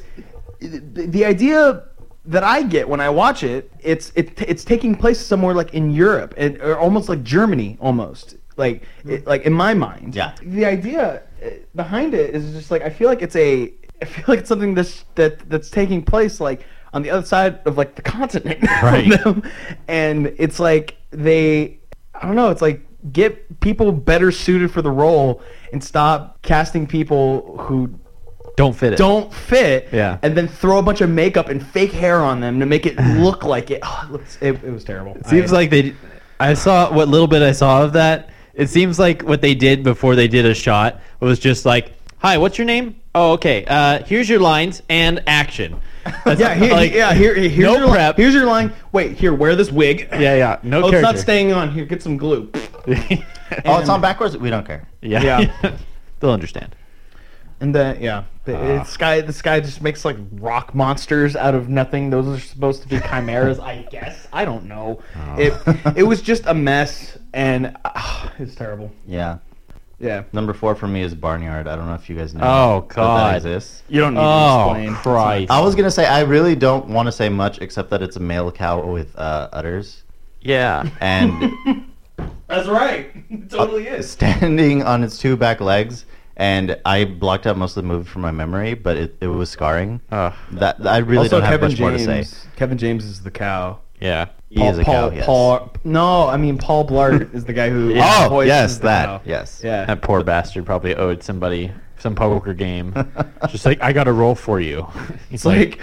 D: the, the idea that I get when I watch it. It's it, it's taking place somewhere like in Europe and or almost like Germany, almost like it, like in my mind.
B: Yeah.
D: The idea uh, behind it is just like I feel like it's a I feel like it's something that's that that's taking place like on the other side of like the continent from
C: Right.
D: them. and it's like they I don't know it's like get people better suited for the role and stop casting people who
C: Don't fit it.
D: don't fit
C: Yeah.
D: and then throw a bunch of makeup and fake hair on them to make it look like it oh, it, looks, it, it was terrible
C: Seems
D: I-
C: like they. I saw what little bit I saw of that. It seems like what they did before they did a shot was just like, "Hi, what's your name? Oh, okay. Uh, here's your lines and action." That's
D: yeah, here,
C: like-
D: yeah, here, here's
C: no
D: your li-
C: prep.
D: here's your line. Wait, here, wear this wig.
C: yeah, yeah. No
D: oh, it's
C: character.
D: not staying on. Here, get some glue.
B: Oh, it's on backwards. We don't care.
C: yeah.
D: Yeah.
C: They'll understand.
D: And then yeah, the
B: Ah.
D: this guy, this guy just makes like rock monsters out of nothing. Those are supposed to be chimeras, I guess. I don't know.
B: Ah.
D: It it was just a mess, and uh, it's terrible.
B: Yeah.
D: Yeah,
B: Number four for me is Barnyard. I don't know if you guys know.
C: Oh,
B: that
C: God.
B: that exists.
D: you don't need
C: Oh Christ!
B: I was gonna say I really don't want to say much except that it's a male cow with uh, udders
C: yeah.
B: and
D: That's right. It
B: Uh,
D: totally is.
B: standing on its two back legs. And I blocked out most of the movie from my memory, but it, it was scarring.
C: Ugh.
B: that I really
D: also,
B: don't have
D: Kevin
B: much more to
D: James.
B: say.
D: Kevin James is the cow.
C: Yeah.
B: He is a
D: Paul,
B: cow. Yes.
D: Paul, no, I mean Paul Blart is the guy who.
B: Oh,
D: voices
B: yes,
D: the
B: that,
D: cow.
B: yes.
D: Yeah.
C: That poor bastard probably owed somebody some poker game. just like I got a roll for you. He's
D: like,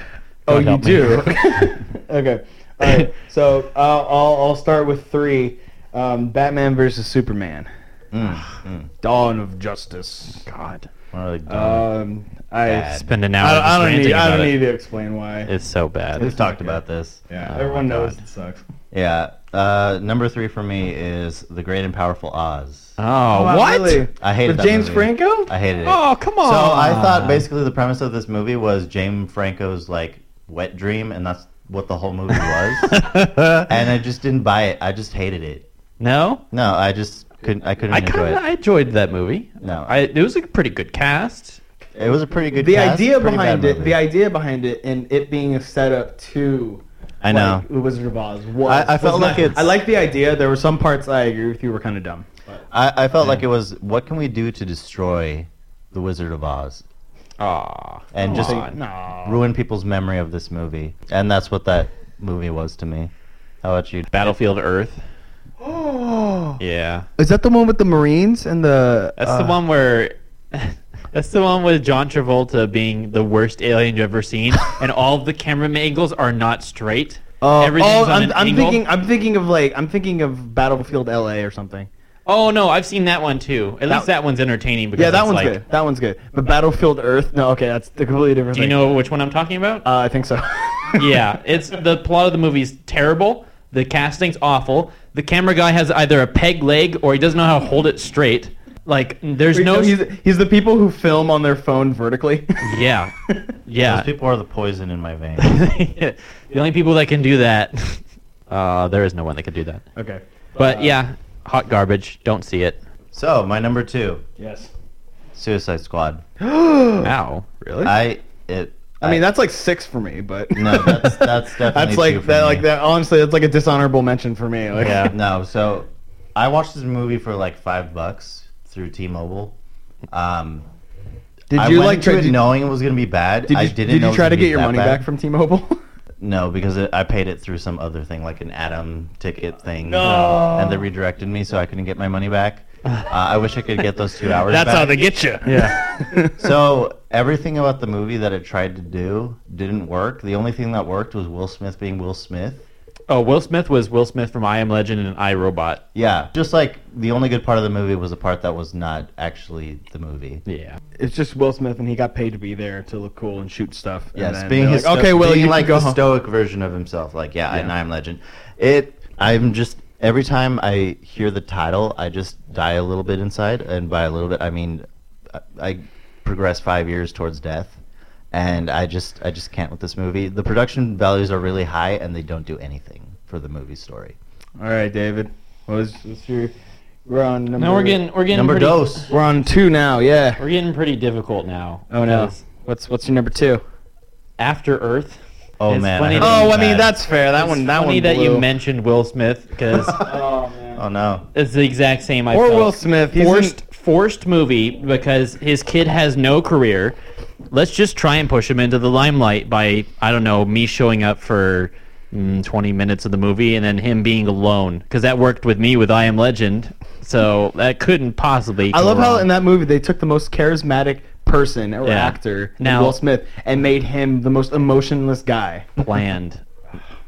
D: oh,
C: "God
D: you
C: help me."
D: do.
E: Okay. All right. So uh, I'll I'll start with three. Um, Batman versus Superman.
B: Mm, mm.
E: Dawn of Justice.
C: God.
B: One of the-
D: Uh,
E: Um, I
B: Bad.
C: Spend an hour.
E: I,
C: just
E: I don't
C: ranting
E: need I
C: about
E: don't
C: it.
E: need to explain why.
C: It's so bad.
B: We've talked about this. Uh,
E: yeah,
C: oh my
E: everyone knows
C: God.
E: it sucks.
B: Yeah. Uh, number three for me is The Great and Powerful Oz.
C: Oh,
E: wow,
C: what?
E: really?
B: I
E: With
B: hated that
E: James
B: movie.
E: Franco.
B: I hated it.
C: Oh, come
B: So
C: on.
B: I thought basically the premise of this movie was James Franco's like wet dream, and that's what the whole movie was. and I just didn't buy it. I just hated it.
C: no,
B: No, I just couldn't. I couldn't
C: I
B: enjoy
C: kind of I
B: it.
C: enjoyed that movie.
B: No.
C: I it was a pretty good cast.
B: It was a pretty good.
E: the
B: cast,
E: idea
B: pretty
E: behind
B: bad
E: it,
B: movie.
E: the idea behind it, and it being a setup to,
B: I know.
E: like, The Wizard of Oz. Was,
B: I- I felt
E: was
B: like
E: not-
B: it's-
E: I like the idea. There were some parts I agree with you were kind of dumb. But
B: I, I felt like it was what can we do to destroy the Wizard of Oz
C: Ah,
B: and just
C: on.
E: no.
B: ruin people's memory of this movie, and that's what that movie was to me. How about you?
C: Battlefield Earth. Yeah,
D: Is that the one with the Marines and the?
C: that's
D: uh,
C: the one where. That's the one with John Travolta being the worst alien you've ever seen, and all of the camera angles are not straight.
D: Oh,
C: Everything's on
D: oh, I'm,
C: an
D: I'm
C: angle.
D: thinking. I'm thinking of like. I'm thinking of Battlefield L.A. or something.
C: Oh no, I've seen that one too. At least that one's entertaining because
D: Yeah, that
C: it's
D: one's
C: like,
D: good. That one's good. But Battlefield Earth. No, okay, that's a completely different.
C: Do you
D: thing.
C: know which one I'm talking about?
D: Uh, I think so.
C: yeah, it's the plot of the movie's terrible. The casting's awful. The camera guy has either a peg leg or he doesn't know how to hold it straight. Like there's
D: Wait,
C: no
D: he's, he's the people who film on their phone vertically.
C: yeah yeah.
B: Those people are the poison in my veins.
C: the only people that can do that. Uh, there is no one that can do that.
D: okay.
C: But yeah, hot garbage. Don't see it.
B: so my number two,
E: Yes.
B: Suicide Squad.
C: Ow. Really?
B: I it.
D: I mean, that's like six for me, but
B: No, that's- that's definitely
D: that's like
B: two for
D: that.
B: me.
D: Like that. Honestly, that's like a dishonorable mention for me. Like,
C: Yeah.
B: no. So I watched this movie for like five bucks through T-Mobile. Um,
D: Did
B: I
D: you
B: went
D: like
B: into
D: try?
B: it
D: Did,
B: knowing it was gonna be bad.
D: did you,
B: I didn't.
D: did
B: know
D: you
B: it
D: try
B: was gonna
D: to get
B: be
D: your
B: that
D: money
B: bad.
D: back from T-Mobile?
B: No, because it, I paid it through some other thing, like an Atom ticket thing.
E: No.
B: And they redirected me, so I couldn't get my money back. Uh, I wish I could get those two hours.
E: That's
B: back.
E: how they get you.
C: yeah.
B: So everything about the movie that it tried to do didn't work. The only thing that worked was Will Smith being Will Smith.
C: Oh, Will Smith was Will Smith from I Am Legend and I Robot.
B: Yeah, just like the only good part of the movie was the part that was not actually the movie.
C: Yeah.
D: it's just Will Smith, and he got paid to be there to look cool and shoot stuff. and
B: Yes,
D: then
B: being
D: they're
B: his
D: like, okay,
B: sto-
D: Will,
B: being
D: you
B: like
D: can go
B: the
D: home.
B: stoic version of himself. Like, yeah, and I'm Legend. It. I'm just every time I hear the title, I just die a little bit inside, and by a little bit, I mean I, I progress five years towards death, and I just I just can't with this movie. The production values are really high, and they don't do anything for the movie story.
D: All right, David. What was, what's your? We're on number.
C: Now we're getting we're getting
B: Number
C: pretty-
B: dose.
D: We're on two now. Yeah.
C: We're getting pretty difficult now.
D: Oh no.
C: because
D: What's what's your number two?
C: After Earth.
B: Oh,
C: It's
B: man, I
C: Funny
B: heard
C: that-
B: about
D: Oh, I mean
B: bad.
D: that's fair. That one. That
C: funny
D: one.
C: that you
D: blew.
C: mentioned Will Smith because
E: Oh man.
B: Oh no!
C: it's the exact same. I
D: Or
C: felt.
D: Will Smith. He's
C: Forced
D: in-
C: forced movie because his kid has no career. Let's just try and push him into the limelight by I don't know me showing up for mm, 20 minutes of the movie and then him being alone because that worked with me with I Am Legend. So that couldn't possibly.
D: I
C: go
D: love how
C: wrong.
D: in that movie they took the most charismatic person or
C: Yeah.
D: actor,
C: Now-
D: now, Will Smith, and made him the most emotionless guy.
C: planned,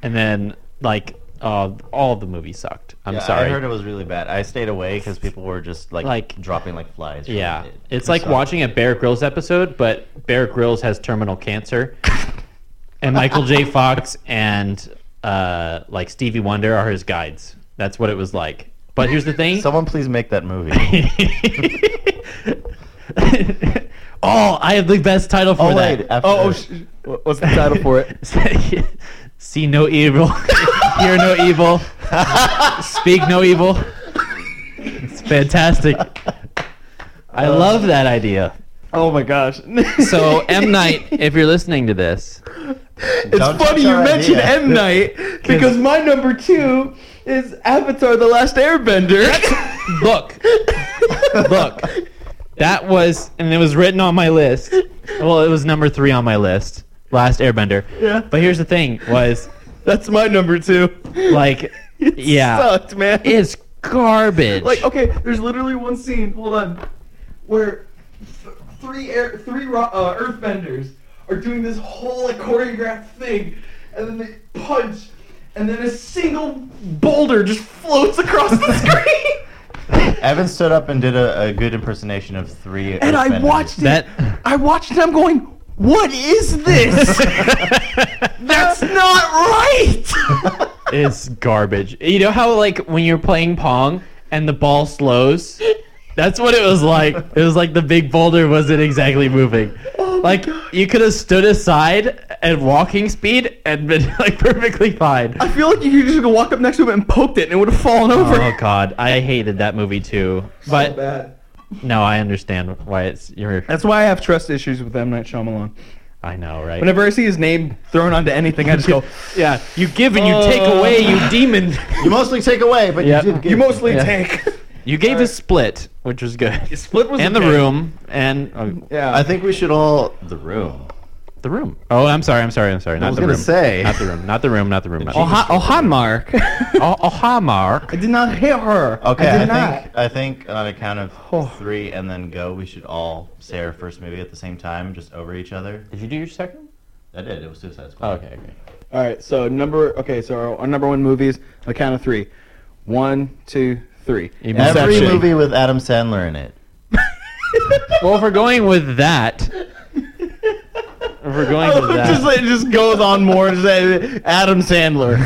C: and then like uh, all of the movies sucked. I'm
B: Yeah,
C: sorry.
B: I heard it was really bad. I stayed away because people were just like,
C: Like-
B: dropping like flies. from
C: Yeah,
B: it.
C: it's like
B: So-
C: watching a Bear Grylls episode, but Bear Grylls has terminal cancer, and Michael J. Fox and uh, like Stevie Wonder are his guides. That's what it was like. But here's the thing.
B: Someone please make that movie.
C: oh, I have the best title for
B: Oh,
C: that.
B: wait, after-
D: Oh, oh sh- wh- what's the title for it?
C: See no evil, hear no evil, speak no evil. It's fantastic. I love that idea.
D: Oh my gosh!
C: So M Night, if you're listening to this,
D: it's
B: Don't
D: funny
B: touch
D: you
B: our
D: mentioned
B: idea.
D: M Night because my number two is Avatar: The Last Airbender.
C: look, look, that was and it was written on my list. Well, it was number three on my list, Last Airbender.
D: Yeah.
C: But here's the thing: was
D: That's my number two.
C: like,
D: It
C: yeah,
D: sucked, man.
C: it's garbage.
D: Like, okay, there's literally one scene. Hold on, where th- three air, three ro- uh, Earthbenders are doing this whole like choreographed thing, and then they punch, and then a single boulder just floats across the screen.
B: Evan stood up and did a, a good impersonation of three.
D: and I
B: Earthbenders.
D: watched it.
C: That-
D: I watched it. I'm going, what is this? That's not right.
C: It's garbage. You know how like when you're playing pong and the ball slows? That's what it was like. It was like the big boulder wasn't exactly moving.
D: Oh
C: like you could have stood aside at walking speed and been like perfectly fine.
D: I feel like you could just go walk up next to him and poked it, and it would have fallen over.
C: Oh god, I hated that movie too. But
D: Bad.
C: no, I understand why it's your
D: That's why I have trust issues with M Night Shyamalan.
C: I know, right?
D: Whenever I see his name thrown onto anything, I just go,
C: yeah, you give and you take away,
D: Oh.
C: you demon.
B: You mostly take away, but
C: Yep.
B: you did. Give
D: "You mostly
C: Yeah.
D: take."
C: You gave us split, which was good.
D: Split was
C: and the
D: okay.
C: room and oh,
D: Yeah,
B: I think we should all the room.
C: The room. Oh, I'm sorry. I'm sorry. I'm sorry. Not
B: was
C: the
B: gonna
C: room.
B: say.
C: Not the room. Not the room. Not the room. Not the
D: Oh,
C: room.
D: hi, oh, hi, Mark.
C: Oh, oh, hi, Mark.
D: I did not hear her.
B: Okay,
D: I
B: I,
D: did not. Oh.
B: think I think on a count of three and then go, we should all say our first movie at the same time, just over each other.
C: Did you do your second?
B: I did. It was Suicide Squad.
C: Oh, okay. Okay.
E: All right, so number okay, so our, our number one movies. A count of three. One, two, three.
C: You missed
B: Every
C: Inception.
B: movie with Adam Sandler in it.
C: Well, if we're going with that, if we're going with that,
D: just, it just goes on more. Just, uh, Adam Sandler.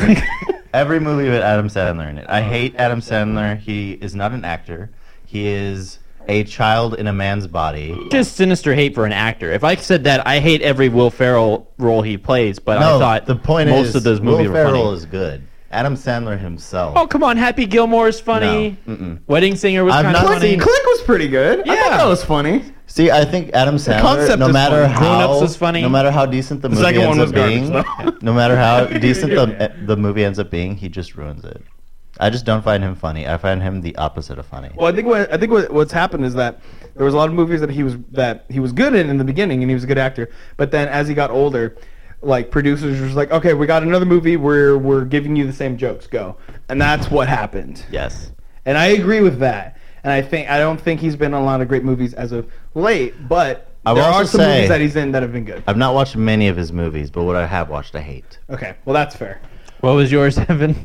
B: Every movie with Adam Sandler in it. I hate Adam Sandler. He is not an actor. He is a child in a man's body.
C: just sinister hate for an actor. If I said that, I hate every Will Ferrell role he plays. But I thought
B: the point
C: most
B: is
C: of those movies
B: Will
C: were
B: Ferrell
C: funny.
B: is good. Adam Sandler himself.
C: Oh come on, Happy Gilmore is funny.
B: No, mm-mm.
C: Wedding Singer was
B: I've
C: kind of
B: not
C: funny.
B: seen-
D: Click was pretty good. I
C: Yeah.
D: thought that was funny.
B: See, I think Adam Sandler.
D: concept
B: No
D: is
B: matter
D: funny.
C: Grown
B: how
C: Ups is funny.
B: no matter how decent the, movie
D: second
B: ends
D: one was
B: up
D: garbage,
B: being,
D: though.
B: no matter how decent the the movie ends up being, he just ruins it. I just don't find him funny. I find him the opposite of funny.
E: Well, I think what I think what, what's happened is that there was a lot of movies that he was that he was good in in the beginning, and he was a good actor. But then as he got older, like producers were just like, okay, we got another movie where we're giving you the same jokes, go, and that's what happened.
B: Yes.
E: And I agree with that. And I think I don't think he's been in a lot of great movies as of late, but
B: I will
E: there are
B: also
E: some
B: say-
E: movies that he's in that have been good.
B: I've not watched many of his movies, but what I have watched, I hate.
E: Okay, well that's fair.
C: What was yours, Evan?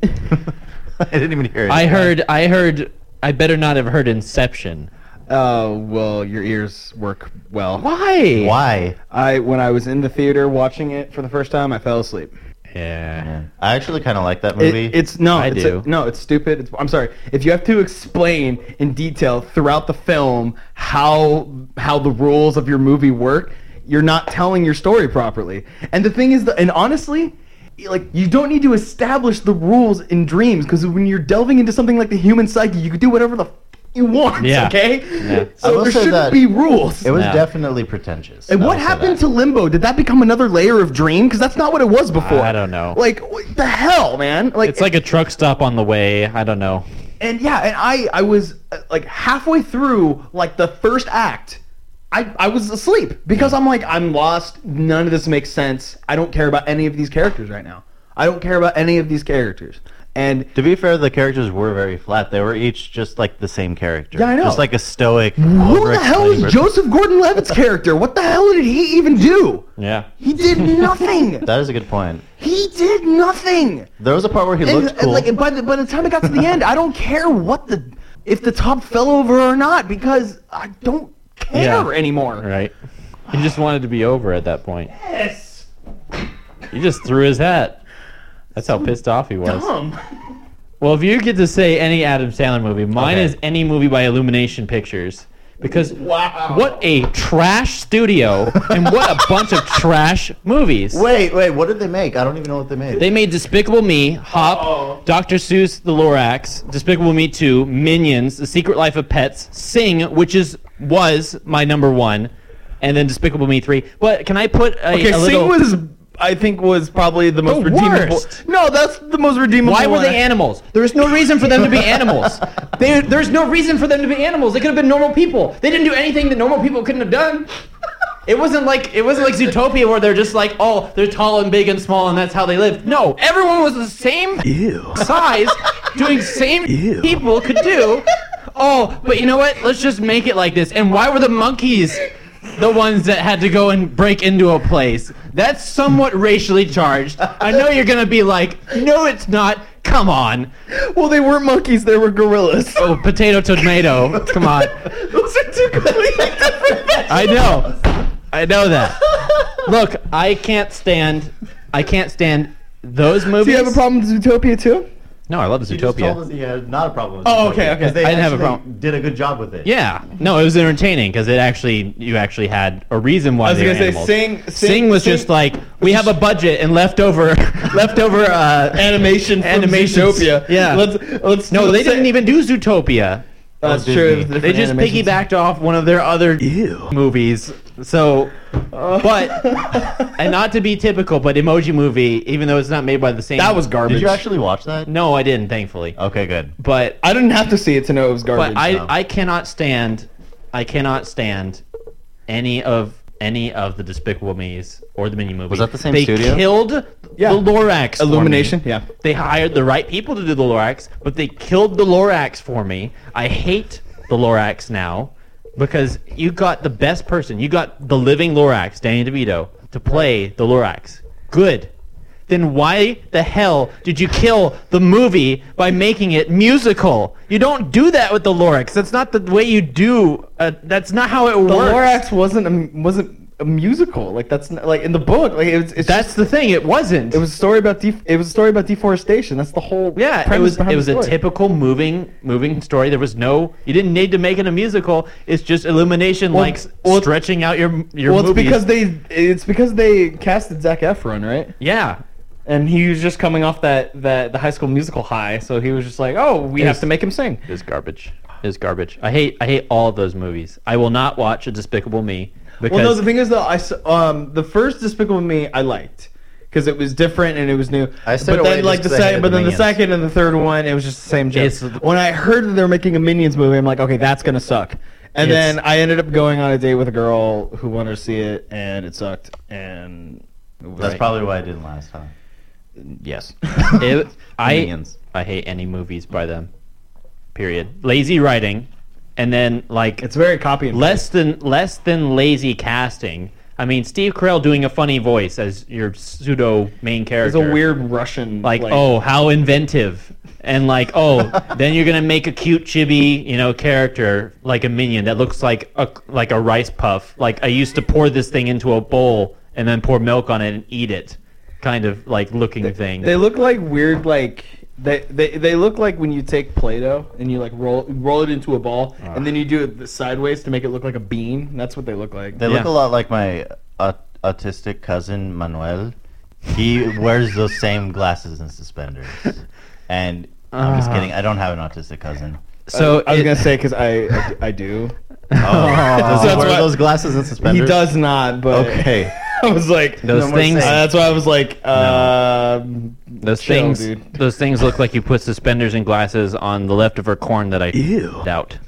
B: I didn't even hear it.
C: I heard. I heard. I better not have heard Inception.
E: Uh, well, your ears work well.
C: Why?
B: Why?
E: I when I was in the theater watching it for the first time, I fell asleep.
C: Yeah.
B: I actually kind of like that
E: It-
B: movie.
E: it's no,
C: I
E: it's
C: do.
E: no, it's stupid. It's, I'm sorry. If you have to explain in detail throughout the film how how the rules of your movie work, you're not telling your story properly. And the thing is, that, and honestly. Like you don't need to establish the rules in dreams because when you're delving into something like the human psyche, you can do whatever the f- you want.
C: Yeah.
E: Okay.
C: Yeah.
B: I
E: So
B: will
E: there
B: say
E: shouldn't
B: that
E: be rules.
B: it was
C: Yeah.
B: definitely pretentious.
E: And
B: I
E: what
B: will say
E: happened to
B: that.
E: Limbo? Did that become another layer of Dream? Because that's not what it was before.
C: I don't know.
E: Like what the hell, man. Like
C: It's like a truck stop on the way. I don't know.
D: and yeah, and I I was uh, like halfway through like the first act, I I was asleep because I'm like I'm lost. None of this makes sense. I don't care about any of these characters right now. I don't care about any of these characters. And
B: To be fair, the characters were very flat. They were each just like the same character.
D: Yeah, I know.
B: Just like a stoic.
D: who the hell is
B: over-explainer.
D: Joseph Gordon-Levitt's character? What the hell did he even do?
C: Yeah.
D: He did nothing.
B: That is a good point.
D: he did nothing.
B: There was a part where he
D: And,
B: looked
D: and,
B: cool.
D: like by the by the time it got to the end, I don't care what the if the top fell over or not because I don't care
C: Yeah.
D: anymore.
C: Right. He just wanted to be over at that point. Yes. He just threw his hat. That's how pissed off he was.
D: Dumb.
C: Well, if you get to say any Adam Sandler movie, mine
B: Okay.
C: is any movie by Illumination Pictures. Because
D: Wow.
C: what a trash studio and what a bunch of trash movies.
B: wait, wait. What did they make? I don't even know what they made.
C: They made Despicable Me, Hop, Dr. Seuss, The Lorax, Despicable Me 2, Minions, The Secret Life of Pets, Sing, which is was my number one, and then Despicable Me 3. But can I put a,
D: Okay,
C: a
D: Sing
C: little...
D: was I think was probably the most
C: The
D: redeemable.
C: worst.
D: No, that's the most redeemable.
C: Why were
D: one.
C: they animals? There was no reason for them to be animals. They, there's no reason for them to be animals. They could have been normal people. They didn't do anything that normal people couldn't have done. It wasn't like it wasn't like Zootopia where they're just like, oh, they're tall and big and small and that's how they live. No, everyone was the same size, doing same people could do. Oh, but you know what? Let's just make it like this. And why were the monkeys the ones that had to go and break into a place? That's somewhat racially charged. I know you're gonna be like, no, it's not. Come on.
D: Well, they weren't monkeys; they were gorillas.
C: Oh, potato tomato. Come on.
D: Those are two completely different.
C: I know. I know that. Look, I can't stand. I can't stand those movies.
D: Do you have a problem with Zootopia too?
C: No, I love
B: He just told
C: Zootopia.
B: us he had not a problem. With
D: Oh, okay,
B: Zootopia,
D: okay.
B: 'cause They
C: I didn't have a
B: actually
C: problem.
B: Did a good job with it.
C: Yeah. No, it was entertaining because it actually you actually had a reason why
D: I was
C: they were
D: gonna say
C: animals.
D: Sing- Sing-
C: was
D: Sing-
C: just like we have a budget and leftover leftover uh,
D: Animation from
C: Animations.
D: Zootopia.
C: Yeah.
D: Let's let's.
C: No, they
D: let's say-
C: didn't even do Zootopia.
D: That's
B: Oh,
D: true.
B: Disney.
D: Different
C: They just
D: animations.
C: piggybacked off one of their other movies. So,
D: Oh.
C: but and not to be typical, but Emoji Movie, even though it's not made by the same,
D: That was garbage.
B: Did you actually watch that?
C: No, I didn't, thankfully.
B: Okay, good.
C: But
D: I didn't have to see it to know it was garbage.
C: but I
B: though.
C: I cannot stand, I cannot stand any of any of the Despicable Me's or the Minion movie.
B: Was that the same
C: they
B: studio?
C: killed
D: Yeah.
C: the Lorax. for me.
D: Illumination, yeah.
C: They hired the right people to do the Lorax, but they killed the Lorax for me. I hate the Lorax now because you got the best person. You got the living Lorax, Danny DeVito, to play the Lorax. Good. Then why the hell did you kill the movie by making it musical? You don't do that with the Lorax. That's not the way you do. Uh, that's not how it
D: the
C: works.
D: Lorax wasn't a, wasn't a musical. Like that's not, like in the book. Like it's, it's
C: That's the thing. It wasn't.
D: It was a story about def- it was a story about deforestation. That's the whole
C: Yeah, it
D: premise
C: was
D: behind
C: it
D: the
C: was a
D: story.
C: typical moving moving story. There was no you didn't need to make it a musical. It's just Illumination like s-
D: well, it's-
C: stretching out your your
D: Well, it's
C: movies.
D: because they it's because they casted Zach Efron, right?
C: yeah.
D: And he was just coming off that that the High School Musical high, so he was just like, oh, we have to make him sing.
C: It is garbage. It is garbage. I hate I hate all of those movies. I will not watch a Despicable Me because
D: Well, no, the thing is though, I s- um the first Despicable Me I liked because it was different and it was new.
B: I stayed
D: but
B: away
D: then
B: just
D: like the
B: 'cause I
D: second,
B: hated
D: but
B: the
D: then the
B: Minions.
D: second and the third one, it was just the same joke.
C: It's-
D: when I heard that they're making a Minions movie, I'm like, okay, that's gonna suck.
C: It's-
D: And then I ended up going on a date with a girl who wanted to see it, and it sucked. And it was-
B: That's probably why I didn't last time.
D: yes.
C: It- I
B: Minions.
C: I hate any movies by them. Period. Lazy writing and then like
D: It's very copy and
C: less than less than lazy casting. I mean, Steve Carell doing a funny voice as your pseudo main
D: It's
C: character.
D: a weird Russian
C: like, oh, how inventive, and like, oh, then you're gonna make a cute chibi, you know, character like a minion that looks like a like a rice puff. Like I used to pour this thing into a bowl and then pour milk on it and eat it, kind of like looking thing.
D: They look like weird, like they, they they look like when you take Play-Doh and you like roll roll it into a ball, and then you do it sideways to make it look like a bean. That's what they look like.
B: They look a
C: Yeah.
B: lot like my aut- autistic cousin Manuel. He wears those same glasses and suspenders. And I'm just
C: Ah.
B: kidding. I don't have an autistic cousin.
C: so
D: I was
C: it-
D: gonna say because I, I I do.
B: Oh, does
D: that's
B: he wear
D: why-
B: those glasses and
D: He
B: suspenders?
D: does not, but
B: Okay.
D: I was like,
C: Those
D: more
C: things-
D: saying. Uh, that's why I was like, um,
C: Those
D: chill,
C: things,
D: dude.
C: those things look like you put suspenders and glasses on the leftover corn that I doubt.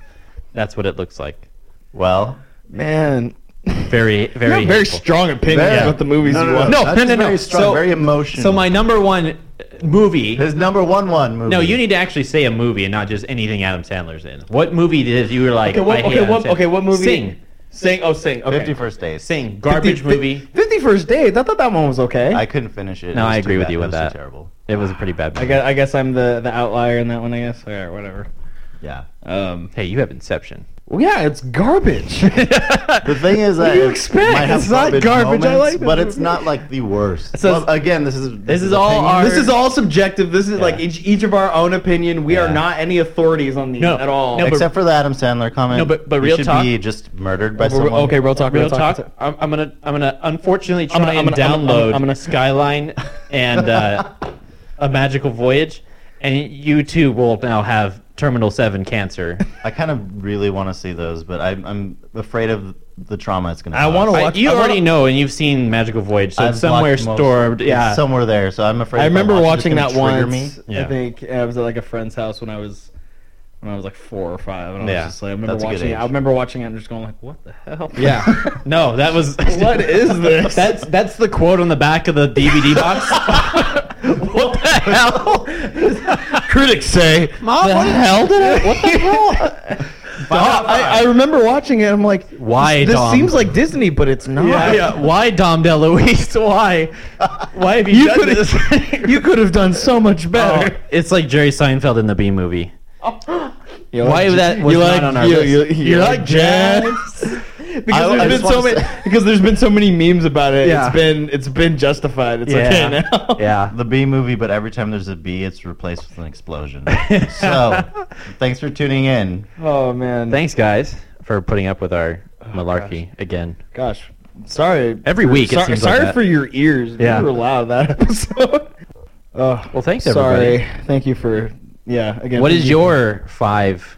C: That's what it looks like.
B: Well,
D: man,
C: Very, very,
D: you have very
C: hateful.
D: strong opinions
B: Yeah.
D: about the movies
B: no,
D: you
B: no, no,
D: watch.
C: No,
B: that's
C: no, no, no.
B: Very strong,
C: So-
B: very emotional.
C: So my number one uh, movie.
B: his number one one movie.
C: No, you need to actually say a movie and not just anything Adam Sandler's in. What movie did you were like?
D: Okay, what,
C: I hate
D: okay,
C: Adam
D: what,
C: Sandler.
D: okay, what movie?
C: Sing,
D: Sing. Oh, sing. Okay.
B: Fifty First Days.
C: sing. Garbage movie.
D: Fifty First Days. I thought that one was okay.
B: I couldn't finish it.
C: No,
B: It was
C: I
B: too
C: agree with
B: bad.
C: you
B: It
C: with
B: was too
C: that.
B: terrible.
C: It was a pretty bad movie.
D: I guess, I guess I'm the, the outlier in that one. I guess. Or whatever.
B: Yeah.
D: Um.
C: hey, you have Inception.
D: Well, yeah, it's garbage.
B: The thing is,
D: What
B: that
D: do you
B: it
D: expect?
B: might have
D: It's not garbage. I
B: moments,
D: like this
B: but it's
D: movie.
B: not like the worst.
D: So-
B: well, again, this is this,
C: is all
B: opinion.
C: our-
D: this is all subjective. This is like
B: Yeah.
D: each, each of our own opinion. We are
B: Yeah.
D: not any authorities on these
C: No,
D: at all.
C: no, but-
B: Except for the Adam Sandler comment.
C: No, but- but
B: You
C: real
B: should
C: talk-
B: be just murdered by someone.
D: okay, real talk.
C: Real talk. I'm, I'm gonna, I'm gonna, unfortunately, try
D: gonna- I'm
C: and
D: gonna- I'm gonna-
C: download
D: I'm gonna-
C: Skyline and uh, a Magical Voyage, and you too will now have terminal seven cancer.
B: I kind of really want to see those, but I'm, I'm afraid of the trauma it's going to.
D: I wanna
B: to
D: watch-
C: Uh, I- you
D: I wanna-
C: already know, and you've seen Magical Voyage, so it's somewhere stored. Yeah,
B: somewhere there. So I'm afraid.
D: I
B: if
D: remember
B: watch it,
D: watching
B: it's
D: that
B: gonna trigger
D: once.
B: Me.
C: Yeah.
D: I think yeah, I was at like a friend's house when I was when I was like four or five, and I
C: Yeah,
D: was just like, I remember
B: that's a good
D: watching. it. I
B: age.
D: remember watching it and just going like, "What the hell?"
C: Yeah. No, that was.
D: What is this?
C: That's that's the quote on the back of the DVD box. what the hell?
D: Critics say,
C: Mom, what the hell did I? What the hell?
D: Dom- Ah, I, I remember watching it. I'm like,
C: Why,
D: This, this
C: Dom?
D: seems like Disney, but it's not.
C: Why, uh, why Dom DeLuise? Why? Why have you,
D: You
C: done
D: could
C: this?
D: have you could have done so much
C: Oh,
D: better.
C: it's like Jerry Seinfeld in the B movie.
D: You
C: Why
D: like-
C: that was
D: you
C: not
D: like,
C: on our
D: you,
C: list?
D: You, you,
C: You
D: like
C: like
D: jazz?
B: I-
D: because
B: I
D: there's
B: just
D: been so
B: wanna
D: many
B: say-
D: because there's been so many memes about it.
C: Yeah.
D: It's been it's been justified. It's okay now.
C: yeah.
B: The B movie, but every time there's a B, it's replaced with an explosion. so, thanks for tuning in.
D: Oh man.
C: Thanks, guys, for putting up with our malarkey again.
D: Gosh, sorry.
C: Every week it
D: Sorry,
C: seems like
D: sorry
C: that.
D: for your ears.
C: Yeah.
D: You were loud that episode. Oh,
C: Well, thanks,
D: sorry.
C: everybody.
D: Thank you for yeah. Again,
C: What
D: thank
C: is
D: you for
C: your five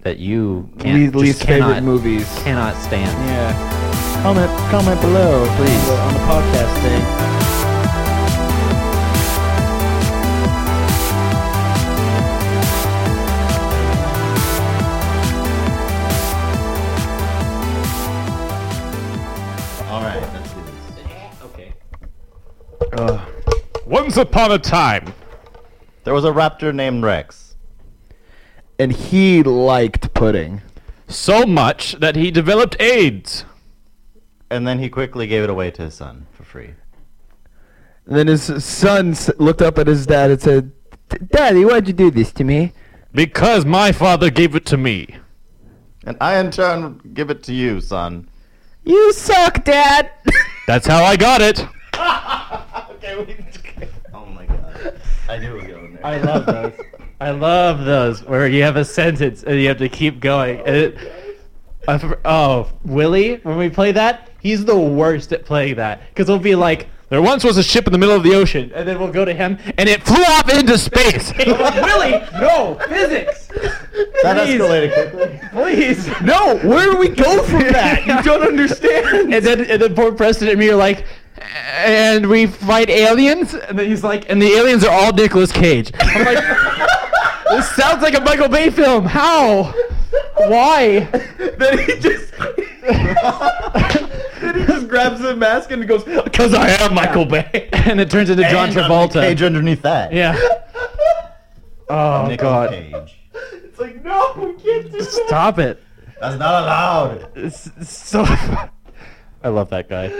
C: that you can't,
D: least,
C: just
D: least favorite
C: cannot,
D: movies?
C: cannot stand?
D: Yeah. Comment comment below, please, on the podcast thing.
B: All right, let's do this.
C: Okay.
A: Once upon a time.
B: There was a raptor named Rex.
D: And he liked pudding.
A: So much that he developed AIDS.
B: And then he quickly gave it away to his son for free.
D: And then his son s- looked up at his dad and said, "Daddy, why'd you do this to me?"
A: Because my father gave it to me.
B: And I, in turn, give it to you, son.
D: You suck, Dad.
A: That's how I got it.
B: okay, we. Oh my god. I knew it was going there.
C: I love those. I love those where you have a sentence and you have to keep going.
D: Oh,
C: And it- I for- oh, Willie, when we play that, he's the worst at playing that because we'll be like,
A: There once was a ship in the middle of the ocean,
C: and then we'll go to him
A: and it flew off into space.
C: Willie, no physics.
B: that
C: please.
B: escalated quickly.
C: Please.
D: no, where do we go from that? You don't understand.
C: And then, and then poor Preston and me are like, and we fight aliens? And then he's like, and the aliens are all Nicolas Cage. I'm like, this sounds like a Michael Bay film. How? Why?
D: then he just then he just grabs the mask and goes, "Cause I am Michael Bay."
C: And it turns into John
B: Cage
C: Travolta.
B: underneath that.
C: Yeah. Oh,
B: Nicolas
C: God.
B: Cage.
D: It's like, no, we can't do that.
C: Stop it.
B: That's not allowed.
C: It's it's so. I love that guy.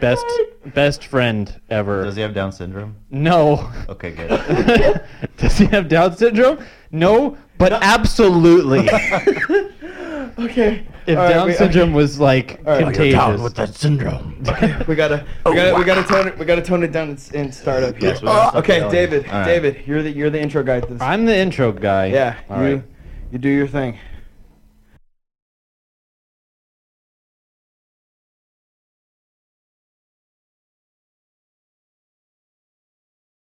C: Best best friend ever.
B: Does he have Down syndrome?
C: no.
B: Okay, good.
C: Does he have Down syndrome? No, but absolutely.
D: Okay.
C: If
D: All right,
C: Down
D: we-
C: syndrome was like contagious.
B: that syndrome.
D: We gotta, we gotta, we gotta tone it. We gotta tone it down and, and start up.
B: Yes, we gotta
D: Oh,
B: start
D: okay,
B: yelling.
D: David.
B: All right.
D: David, you're the you're the intro guy to this.
C: I'm the intro guy.
D: yeah.
C: All
D: you,
C: right.
D: you do your thing.